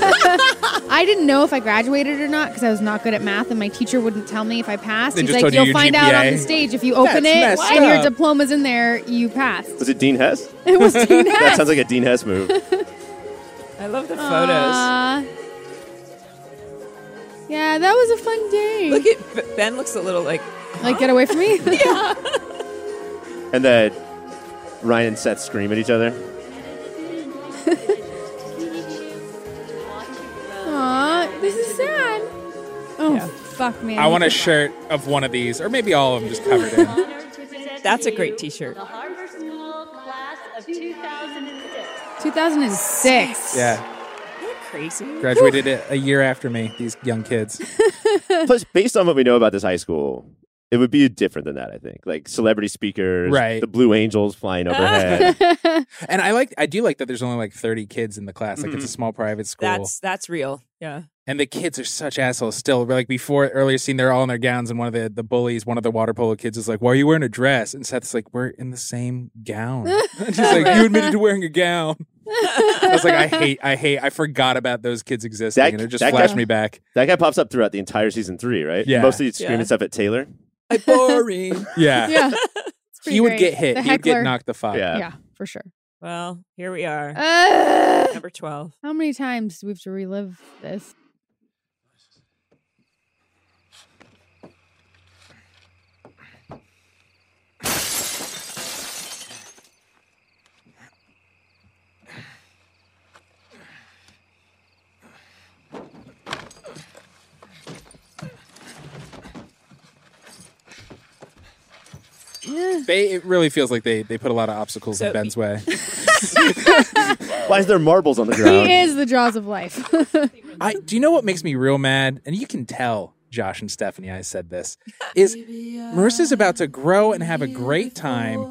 S1: I didn't know if I graduated or not because I was not good at math, and my teacher wouldn't tell me if I passed.
S4: They
S1: He's
S4: just
S1: like,
S4: told you
S1: "You'll
S4: your
S1: find out on
S4: GPA.
S1: the stage if you open it
S4: That's messed
S1: and your
S4: up.
S1: diploma's in there. You passed."
S3: was it Dean Hess?
S1: It was Dean
S3: That
S1: Hess.
S3: sounds like a Dean Hess move.
S2: I love the
S1: uh,
S2: photos.
S1: Aw. Yeah, that was a fun day.
S2: Look at B- Ben. Looks a little like
S1: like, get away from me.
S3: And then Ryan and Seth scream at each other.
S1: Aw, this is sad. Oh, fuck, man.
S4: I want a shirt of one of these, or maybe all of them just covered in.
S2: that's a great T-shirt.
S1: 2006.
S4: Yeah.
S2: Crazy.
S4: Graduated a a year after me, these young kids.
S3: Plus, based on what we know about this high school, it would be different than that. I think, like celebrity speakers,
S4: Right.
S3: The Blue Angels flying overhead.
S4: And I like I do like that there's only like 30 kids in the class. Like
S1: Mm-hmm.
S4: it's a small private school.
S2: That's that's real. Yeah.
S4: and the kids are such assholes still. Like before earlier scene, they're all in their gowns, and one of the, the bullies, one of the water polo kids, is like, "Why are you wearing a dress?" And Seth's like, "We're in the same gown." She's like, "You admitted to wearing a gown." I was like, "I hate, I hate, I forgot about those kids existing,"
S3: That-
S4: and it just
S3: that
S4: flashed
S3: guy-
S4: me back.
S3: that guy pops up throughout the entire season three, right?
S4: Yeah.
S3: mostly screaming
S2: Yeah.
S3: stuff at Taylor.
S2: I boring.
S4: Yeah,
S1: Yeah. It's pretty
S4: he would
S1: great.
S4: get hit.
S1: The
S4: He would get
S1: heckler.
S4: knocked the fuck.
S3: Yeah.
S1: Yeah, for sure.
S2: well, here we are.
S1: Uh,
S2: Number twelve.
S1: how many times do we have to relive this?
S4: They it really feels like they they put a lot of obstacles in Ben's way.
S3: Why is there marbles on the ground?
S1: He is the jaws of life.
S4: I do you know what makes me real mad? And you can tell Josh and Stephanie I said this is Marissa's about to grow and have a great time.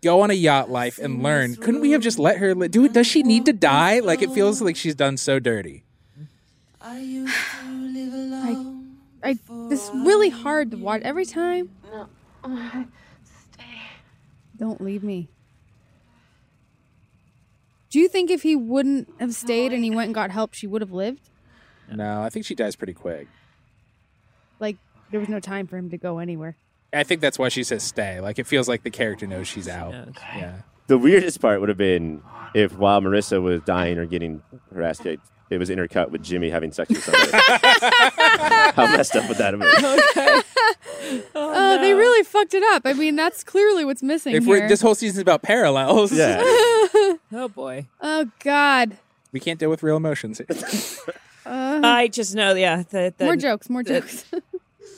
S4: Go on a yacht life and learn. Couldn't we have just let her li- do it? Does she need to die? Like it feels like she's done so dirty.
S1: I, this is really hard to watch every time. No. Stay. Don't leave me. Do you think if he wouldn't have stayed and he went and got help, she would have lived?
S4: No, I think she dies pretty quick.
S1: Like, there was no time for him to go anywhere.
S4: I think that's why she says stay. Like it feels like the character knows she's out. Yeah.
S3: the weirdest part would have been if while Marissa was dying or getting her ass kicked, it was intercut with Jimmy having sex with somebody. How messed up would that have been?
S1: Oh, they really fucked it up. I mean, that's clearly what's missing
S4: If
S1: here.
S4: we're this whole season's about parallels,
S3: Yeah,
S2: Oh boy.
S1: oh God.
S4: we can't deal with real emotions.
S2: I just know. Yeah. The
S1: Uh-huh.
S2: the,
S1: more jokes. More
S2: the-
S1: jokes.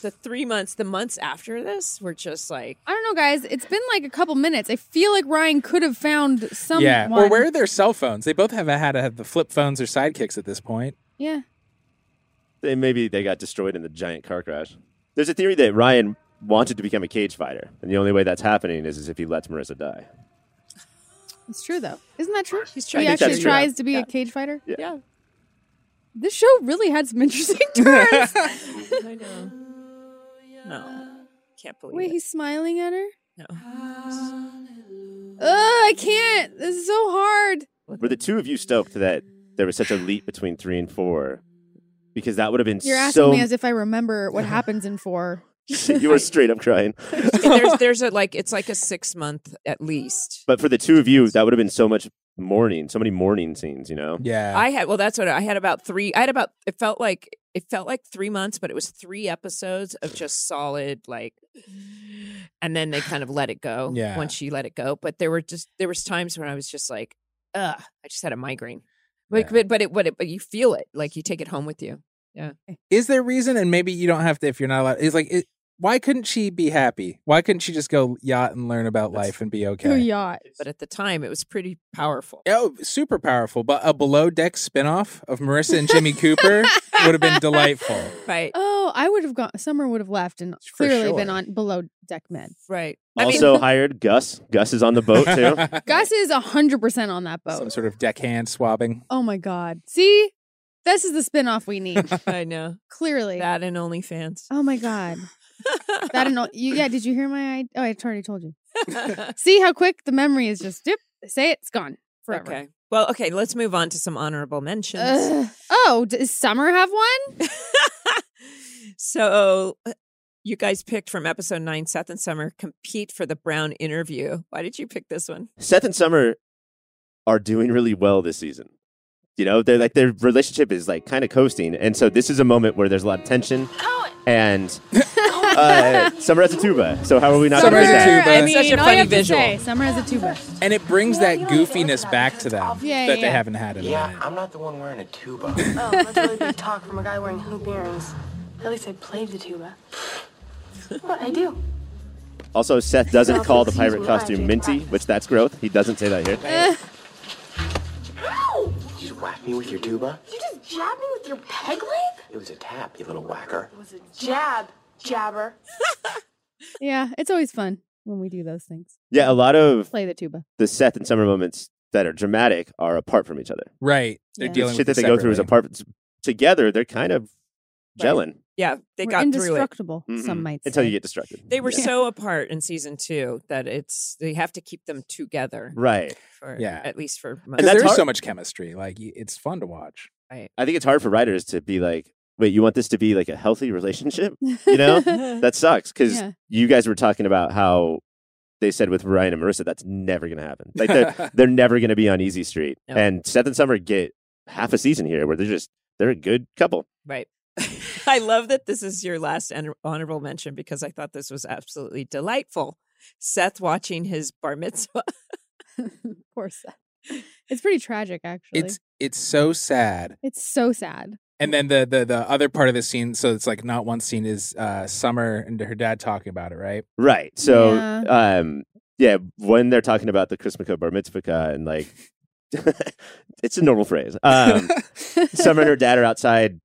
S2: the three months, the months after this, were just like
S1: I don't know, guys. It's been like a couple minutes. I feel like Ryan could have found someone.
S4: yeah. Or where are their cell phones? They both have had to have the flip phones or sidekicks at this point.
S1: Yeah.
S3: they, maybe they got destroyed in the giant car crash. There's a theory that Ryan wanted to become a cage fighter, and the only way that's happening is, is if he lets Marissa die.
S1: It's true though. Isn't that true?
S2: He's
S1: he
S2: trying to
S1: actually
S3: figure it out.
S1: tries to be a cage fighter.
S2: yeah.
S1: This show really had some interesting turns.
S2: I know. No, can't believe
S1: Wait,
S2: it.
S1: he's smiling at her?
S2: No.
S1: Ugh, I can't. This is so hard.
S3: Were the two of you stoked that there was such a leap between three and four? Because that would have been
S1: You're asking
S3: so.
S1: me as if I remember what happens in four.
S3: you were straight up crying.
S2: there's there's a like it's like a six month at least.
S3: But for the two of you, that would have been so much mourning, so many mourning scenes. You know,
S4: Yeah.
S2: I had well, that's what I had about three. I had about it felt like it felt like three months, but it was three episodes of just solid like, and then they kind of let it go.
S4: Yeah.
S2: once she let it go, but there were just there was times when I was just like, ugh, I just had a migraine. Like,
S4: Yeah.
S2: but but it but it but you feel it like you take it home with you.
S4: is there reason and maybe you don't have to if you're not allowed is like it, why couldn't she be happy? Why couldn't she just go yacht and learn about life and be okay?
S1: yacht.
S2: But at the time, it was pretty powerful.
S4: Oh, super powerful. But a below deck spinoff of Marissa and Jimmy Cooper would have been delightful.
S2: Right,
S1: Oh, I would have gone. Summer would have left and
S4: For
S1: clearly been
S4: sure.
S1: on below deck med.
S2: right.
S3: also hired Gus. Gus is on the boat too.
S1: Gus is hundred percent on that boat.
S4: Some sort of deckhand swabbing.
S1: Oh my god! See, this is the spinoff we need.
S2: I know
S1: clearly.
S2: that and OnlyFans.
S1: oh my god! That and all, you, yeah. Did you hear my? I- Oh, I already told you. See how quick the memory is just. Yep. Say it, it's gone forever.
S2: okay. Well, okay. Let's move on to some honorable mentions.
S1: Ugh. Oh, does Summer have one?
S2: so uh, you guys picked from episode nine, Seth and Summer compete for the Brown interview. Why did you pick this one?
S3: Seth and Summer are doing really well this season. You know, they're like their relationship is like kind of coasting, and so this is a moment where there's a lot of tension. And uh, Summer has a tuba, so how are we not
S4: Summer
S3: going to
S4: has a
S3: that?
S4: tuba.
S1: I
S4: Such
S1: mean,
S4: a
S1: all
S2: funny
S1: you have
S2: visual.
S1: To say, Summer has a tuba.
S4: And it brings that goofiness back to them
S1: Yeah,
S4: that
S1: yeah.
S4: they haven't had in a
S5: Yeah,
S4: minute.
S5: I'm not the one wearing a tuba.
S8: Oh, that's really big talk from a guy wearing hoop earrings. At least I played the tuba. What I do?
S3: Also, Seth doesn't call the pirate
S8: Season
S3: costume
S8: five,
S3: minty,
S8: Jack.
S3: which that's growth. He doesn't say that here.
S5: You just whacked me with your tuba?
S8: You just jabbed me with your peg leg?
S5: It was a tap, you little whacker.
S8: It was a jab, jabber.
S1: Yeah, it's always fun when we do those things.
S3: Yeah, a lot of
S1: Play the tuba.
S3: the Seth and Summer moments that are dramatic are apart from each other.
S4: Right. They're
S1: Yeah.
S3: The
S4: dealing
S3: shit
S4: with
S3: that
S4: it
S3: they go through is
S4: separately.
S3: apart together. They're kind of gelling
S2: Yeah, they
S1: We're
S2: got through it.
S1: indestructible.
S3: Mhm.
S1: Some might
S3: until
S1: say.
S3: you get distracted.
S2: They were
S1: Yeah.
S2: so apart in season two that it's they have to keep them together.
S3: right.
S2: For,
S4: Yeah.
S2: at least for most
S3: And
S4: Because
S3: that's
S4: there's
S3: hard-
S4: so much chemistry. Like y- it's fun to watch.
S3: I think it's hard for writers to be like, wait, you want this to be like a healthy relationship? You know? that sucks because
S1: Yeah.
S3: you guys were talking about how they said with Ryan and Marissa, that's never going to happen. Like they're, they're never going to be on Easy Street.
S2: No.
S3: And Seth and Summer get half a season here where they're just, they're a good couple.
S2: Right. I love that this is your last honor- honorable mention because I thought this was absolutely delightful. Seth watching his bar mitzvah.
S1: Poor Seth. It's pretty tragic, actually.
S4: It's it's so sad
S1: It's so sad.
S4: And then the the the other part of the scene, so it's like not one scene is uh Summer and her dad talking about it, right?
S3: Right. So,
S1: Yeah.
S3: um, yeah, when they're talking about the Chrismica Bar Mitzvah and like, it's a normal phrase. Um, Summer and her dad are outside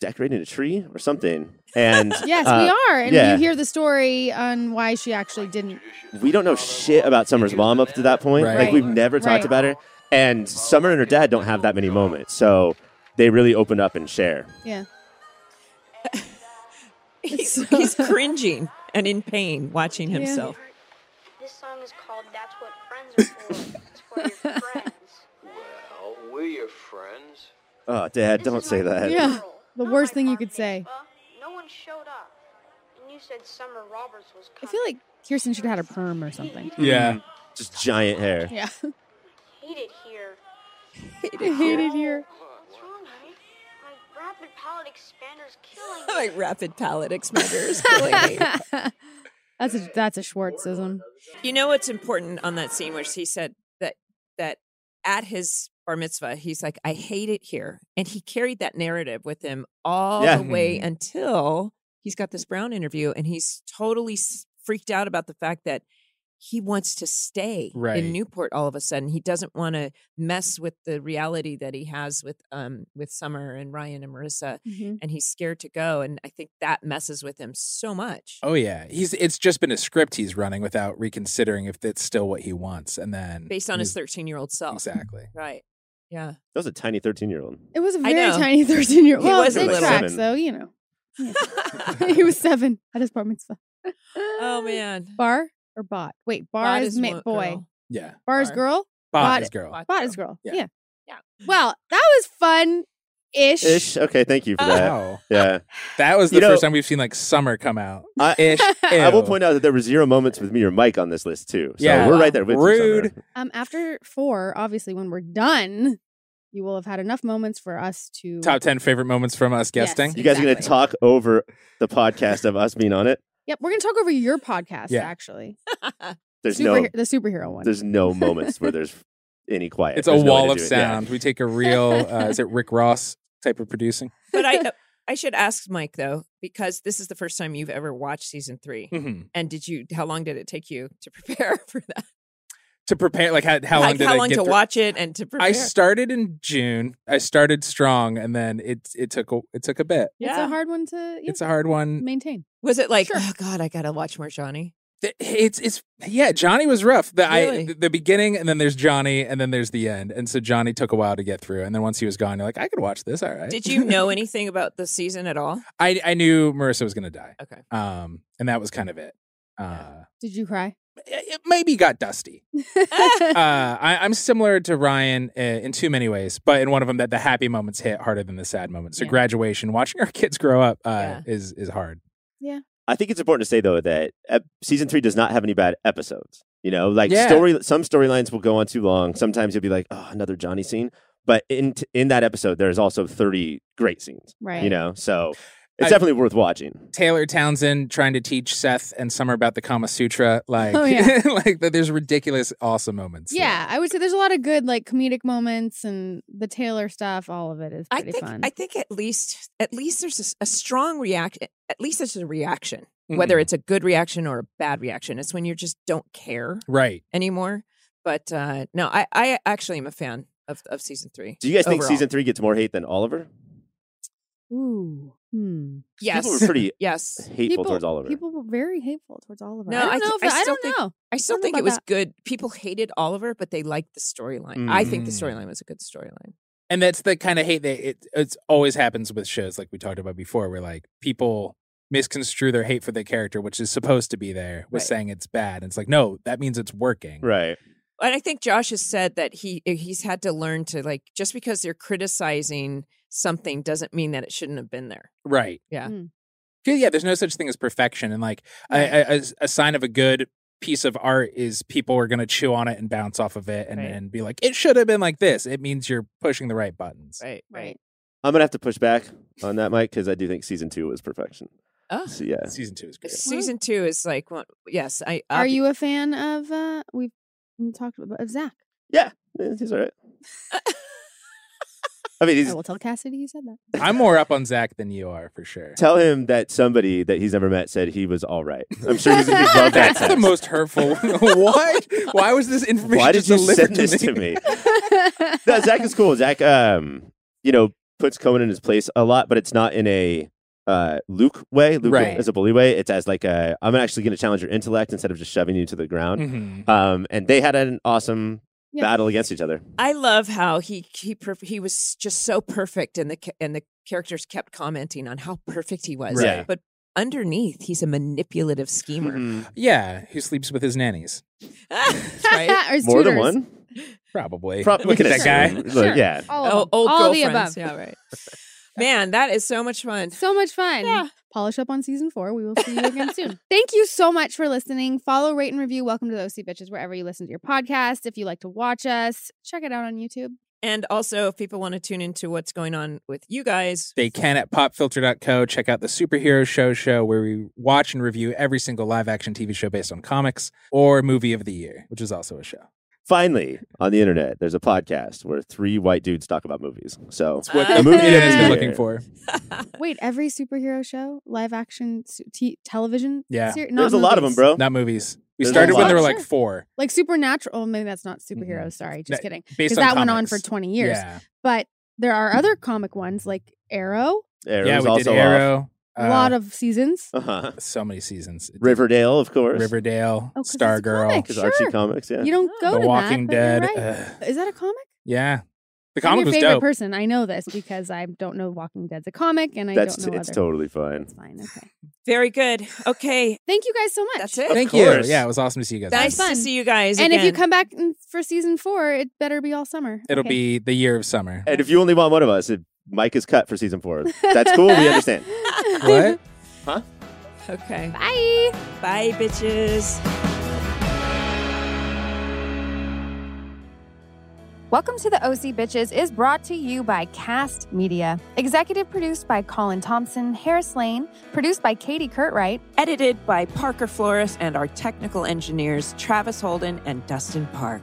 S3: decorating a tree or something. And
S1: Yes,
S3: uh,
S1: we are, and
S3: yeah.
S1: you hear the story on why she actually didn't.
S3: we don't know shit about Summer's mom up to that point.
S4: Right.
S3: Like we've never talked
S1: Right.
S3: about her. And Summer and her dad don't have that many moments. So they really open up and share.
S1: Yeah,
S2: He's, he's cringing and in pain watching
S1: Yeah.
S2: himself.
S10: This song is called That's What Friends Are For. it's for your friends.
S5: Well, we're your friends.
S3: Oh, Dad,
S10: This
S3: don't
S10: is
S3: say
S10: my
S3: that.
S1: Yeah.
S10: funeral,
S1: The
S10: not Oh
S1: worst
S10: my
S1: thing you
S10: bar
S1: could say.
S10: mitzvah. No one showed up. And you said Summer Roberts was
S1: I
S10: coming.
S1: feel like Kirsten should have had a perm or something.
S4: Yeah.
S3: Just giant hair.
S1: Yeah,
S10: Hate it here.
S1: I hate it here.
S10: What's wrong, honey? My rapid palate expander's killing me.
S2: like rapid palate expanders. killing me.
S1: That's a that's a Schwartzism.
S2: you know what's important on that scene where he said that that at his bar mitzvah, he's like, I hate it here. And he carried that narrative with him all
S3: Yeah.
S2: the way
S4: Mm-hmm.
S2: until he's got this Brown interview and he's totally s- freaked out about the fact that he wants to stay
S4: Right.
S2: in Newport all of a sudden. He doesn't want to mess with the reality that he has with um with Summer and Ryan and Marissa
S1: Mhm.
S2: and he's scared to go and I think that messes with him so much.
S4: Oh yeah. He's it's just been a script he's running without reconsidering if that's still what he wants. And then
S2: Based on his
S4: he's-
S2: 13-year-old self.
S4: Exactly.
S2: Right. Yeah.
S3: That was a tiny 13 year old.
S1: It was a
S2: I
S1: very
S2: know.
S1: tiny thirteen year old.
S2: He
S1: Well,
S2: was a
S1: it
S2: little. Uh.
S1: tracks,
S3: Seven.
S1: though. You know, he was seven at his bar mitzvah.
S2: Oh man.
S1: bar or bot? Wait, bar
S2: Bot
S1: is,
S2: is
S1: ma-
S2: one
S1: boy.
S2: girl.
S4: Yeah.
S1: Bar is
S2: Bar.
S1: girl. Bot
S4: Bot
S1: is-
S4: is girl.
S2: Bot
S1: Bot is girl.
S4: Yeah.
S1: Yeah.
S2: Yeah.
S1: Well, that was fun ish.
S3: Ish. Okay, thank you for that.
S4: Wow.
S3: Yeah.
S4: That was the
S3: You know-
S4: first time we've seen like summer come out.
S3: I-
S4: Ish.
S3: I will point out that there were zero moments with me or Mike on this list, too. So
S4: Yeah.
S3: we're right there with you.
S4: Rude.
S3: Summer.
S1: Um, after four, obviously, when we're done, you will have had enough moments for us to
S4: Top ten favorite moments from us
S1: Yes.
S4: guesting.
S3: You guys are going to
S1: Exactly.
S3: talk over the podcast of us being on it.
S1: Yep, we're gonna talk over your podcast
S4: Yeah.
S1: actually.
S3: There's
S1: Superhe- the
S3: no
S1: superhero one.
S3: there's no moments where there's any quiet.
S4: It's a
S3: There's no way
S4: wall
S3: to
S4: of
S3: do it. Yeah.
S4: sound. We take a real uh, is it Rick Ross type of producing?
S2: But I I should ask Mike though, because this is the first time you've ever watched season 3
S3: Mm-hmm.
S4: Mhm.
S2: And did you? How long did it take you to prepare for that?
S4: To prepare, like how, how long
S2: like
S4: did
S2: how
S4: I
S2: long
S4: get
S2: to
S4: through-
S2: watch it and to prepare?
S4: I started in June. I started strong, and then it it took a, it took a bit.
S1: It's
S2: yeah.
S1: a hard one to yeah,
S4: It's a hard one.
S1: maintain.
S2: Was it like,
S1: Sure.
S2: oh God, I gotta watch more Johnny?
S4: Th- It's it's yeah. Johnny was rough. The I
S2: Really?
S4: the beginning, and then there's Johnny, and then there's the end. And so Johnny took a while to get through. And then once he was gone, you're like, I could watch this. All right.
S2: Did you know anything about the season at all?
S4: I I knew Marissa was gonna die.
S2: Okay.
S4: Um, and that was kind of it. Uh,
S1: Did you cry?
S4: it it maybe got dusty. uh, I, I'm similar to Ryan uh, in too many ways, but in one of them that the happy moments hit harder than the sad moments. So
S1: Yeah.
S4: graduation, watching our kids grow up, uh, is is hard.
S3: I think it's important to say though that ep- season three does not have any bad episodes. You know, like
S4: Yeah.
S3: story, some storylines will go on too long. Sometimes you'll be like, oh, another Johnny scene. But in t- in that episode, there's also 30 great scenes.
S1: Right.
S3: You know, so it's
S4: I-
S3: definitely worth watching.
S4: Taylor Townsend trying to teach Seth and Summer about the Kama Sutra, like
S1: Oh, yeah.
S4: like that. There's ridiculous, awesome moments.
S1: Yeah, I would say there's a lot of good like comedic moments and the Taylor stuff. All of it is
S2: I
S1: pretty
S2: think
S1: fun.
S2: I think at least at least there's a s- a, strong reaction. At least there's a reaction,
S4: Mhm.
S2: whether it's a good reaction or a bad reaction. It's when you just don't care
S4: Right.
S2: anymore. But uh, no, I, I actually am a fan of, of season three.
S3: Do you guys think
S2: overall.
S3: season three gets more hate than Oliver?
S1: Ooh, hmm.
S2: Yes,
S3: People were pretty
S2: yes.
S3: hateful towards Oliver.
S1: People were very hateful towards Oliver.
S2: No,
S1: I don't
S2: I thi-
S1: know. If
S2: I
S1: I, I
S2: still
S1: don't
S2: think-
S1: know.
S2: I still
S1: don't know
S2: think it
S1: about
S2: was
S1: that.
S2: good. People hated Oliver, but they liked the storyline. I think the
S4: Mm.
S2: storyline was a good storyline.
S4: and that's the kind of hate that it it's always happens with shows like we talked about before where like people misconstrue their hate for the character which is supposed to be there with
S2: Right.
S4: saying it's bad and it's like no that means it's working
S3: right.
S2: And I think Josh has said that he eh, he's had to learn to like just because you're criticizing something doesn't mean that it shouldn't have been there.
S4: right
S2: Yeah.
S1: Mm.
S4: yeah, yeah there's no such thing as perfection and like a a, a, a sign of a good piece of art is people are going to chew on it and bounce off of it and,
S2: Right.
S4: and be like it should have been like this it means you're pushing the right buttons
S2: Right.
S1: Right.
S3: I'm going to have to push back on that, Mike, because I do think season two was perfection.
S2: Oh.
S3: So, yeah.
S4: season two is great
S2: Season two is like one. Yes, I.
S1: Are you a fan of? uh We've talked about of Zach.
S3: Eh, He's all right. I mean,
S1: I
S3: he's,
S1: will tell Cassidy you said that.
S4: i'm more up on zach than you are for sure
S3: tell him that somebody that he's never met said he was all right. I'm sure he's going to love that.
S4: that's the
S3: text.
S4: most hurtful what why was this information
S3: Why did
S4: just
S3: you send
S4: delivered
S3: this to me? no, Zach is cool. Zach, um, you know, puts Conan in his place a lot, but it's not in a uh, Luke way, Luke
S4: Right.
S3: as a bully way. It's as like a, I'm actually going to challenge your intellect instead of just shoving you to the ground.
S4: Mhm.
S3: Um, and they had an awesome
S1: Yeah.
S3: battle against each other.
S2: I love how he he perf- he was just so perfect, and the ca- and the characters kept commenting on how perfect he was.
S3: Right.
S2: But underneath, he's a manipulative schemer.
S4: Mm-hmm. Yeah, who sleeps with his nannies?
S2: That's
S1: Mm-hmm.
S2: right.
S1: Or his
S3: More than
S1: tutors.
S3: one?
S4: Probably.
S3: Pro- we
S4: Look at
S3: can
S4: that guy.
S3: assume. Look,
S1: Sure.
S3: Yeah.
S1: All
S2: Oh,
S1: of,
S2: old
S1: them. All of the
S2: girlfriends.
S1: above.
S2: Yeah, right. Man, that is so much fun.
S1: So much fun.
S2: Yeah.
S1: Polish up on season four. We will see you again soon. Thank you so much for listening. Follow, rate, and review Welcome to the OC Bitches wherever you listen to your podcast. If you like to watch us, check it out on YouTube.
S2: And also, if people want to tune into what's going on with you guys,
S4: They can at popfilter.co check out the superhero show show where we watch and review every single live action TV show based on comics or movie of the year, which is also a show.
S3: Finally, on the internet, there's a podcast where three white dudes talk about movies. So
S4: It's what
S2: Ah.
S4: the movie
S1: Yeah.
S4: has been
S3: Yeah.
S4: looking for.
S1: Wait, every superhero show, live action su- t- television?
S4: Yeah.
S1: ser- not
S3: there's a lot of them,
S1: movies.
S3: bro.
S4: Not movies. We
S3: There's a
S4: started when there were
S1: lot.
S4: like
S1: Sure.
S4: four.
S1: Like Supernatural. Oh, maybe that's not superheroes.
S4: Mhm.
S1: Sorry. Just
S4: That-
S1: kidding.
S4: Based
S1: Because
S4: on
S1: that went on for
S4: comics.
S1: 20 years.
S4: Yeah, Mm-hmm.
S1: But there are other comic ones like Arrow,
S3: Arrow's
S4: yeah we did
S3: also off.
S4: Arrow. uh,
S1: a lot of seasons.
S3: Uh-huh.
S4: so many seasons. It did
S3: Riverdale, of course.
S1: Oh,
S4: Riverdale,
S1: 'cause it's a
S4: Stargirl,
S1: comic.
S3: Because
S1: Sure.
S3: Archie Comics, yeah.
S1: You don't
S2: Oh.
S1: go
S4: The
S1: to
S4: Walking
S1: that,
S4: Dead.
S1: but you're right.
S4: Ugh.
S1: Is that a comic?
S4: Yeah. The
S1: I'm
S4: comic
S1: your
S4: was
S1: favorite
S4: dope.
S1: person. I know this because I don't know Walking Dead's a comic, and I
S3: That's
S1: don't know
S3: it's
S1: other.
S3: totally fine.
S1: It's fine. Okay.
S2: very good. Okay,
S1: Thank you guys so much.
S2: that's it.
S4: Thank you.
S3: course.
S4: Yeah, it was awesome to see you guys.
S2: Nice
S1: fun.
S2: to see you guys.
S1: And if you
S2: again.
S1: come back in- for season four, it better be all summer.
S4: It'll be the year of summer.
S3: And if you only want one of us, it, Mike is cut for season four. That's cool. We understand.
S4: what?
S2: okay,
S1: Bye.
S2: bye, bitches.
S1: Welcome to the OC Bitches is brought to you by Cast Media. Executive produced by Colin Thompson, Harris Lane, produced by Katie Curtwright.
S2: Edited by Parker Flores and our technical engineers, Travis Holden and Dustin Park.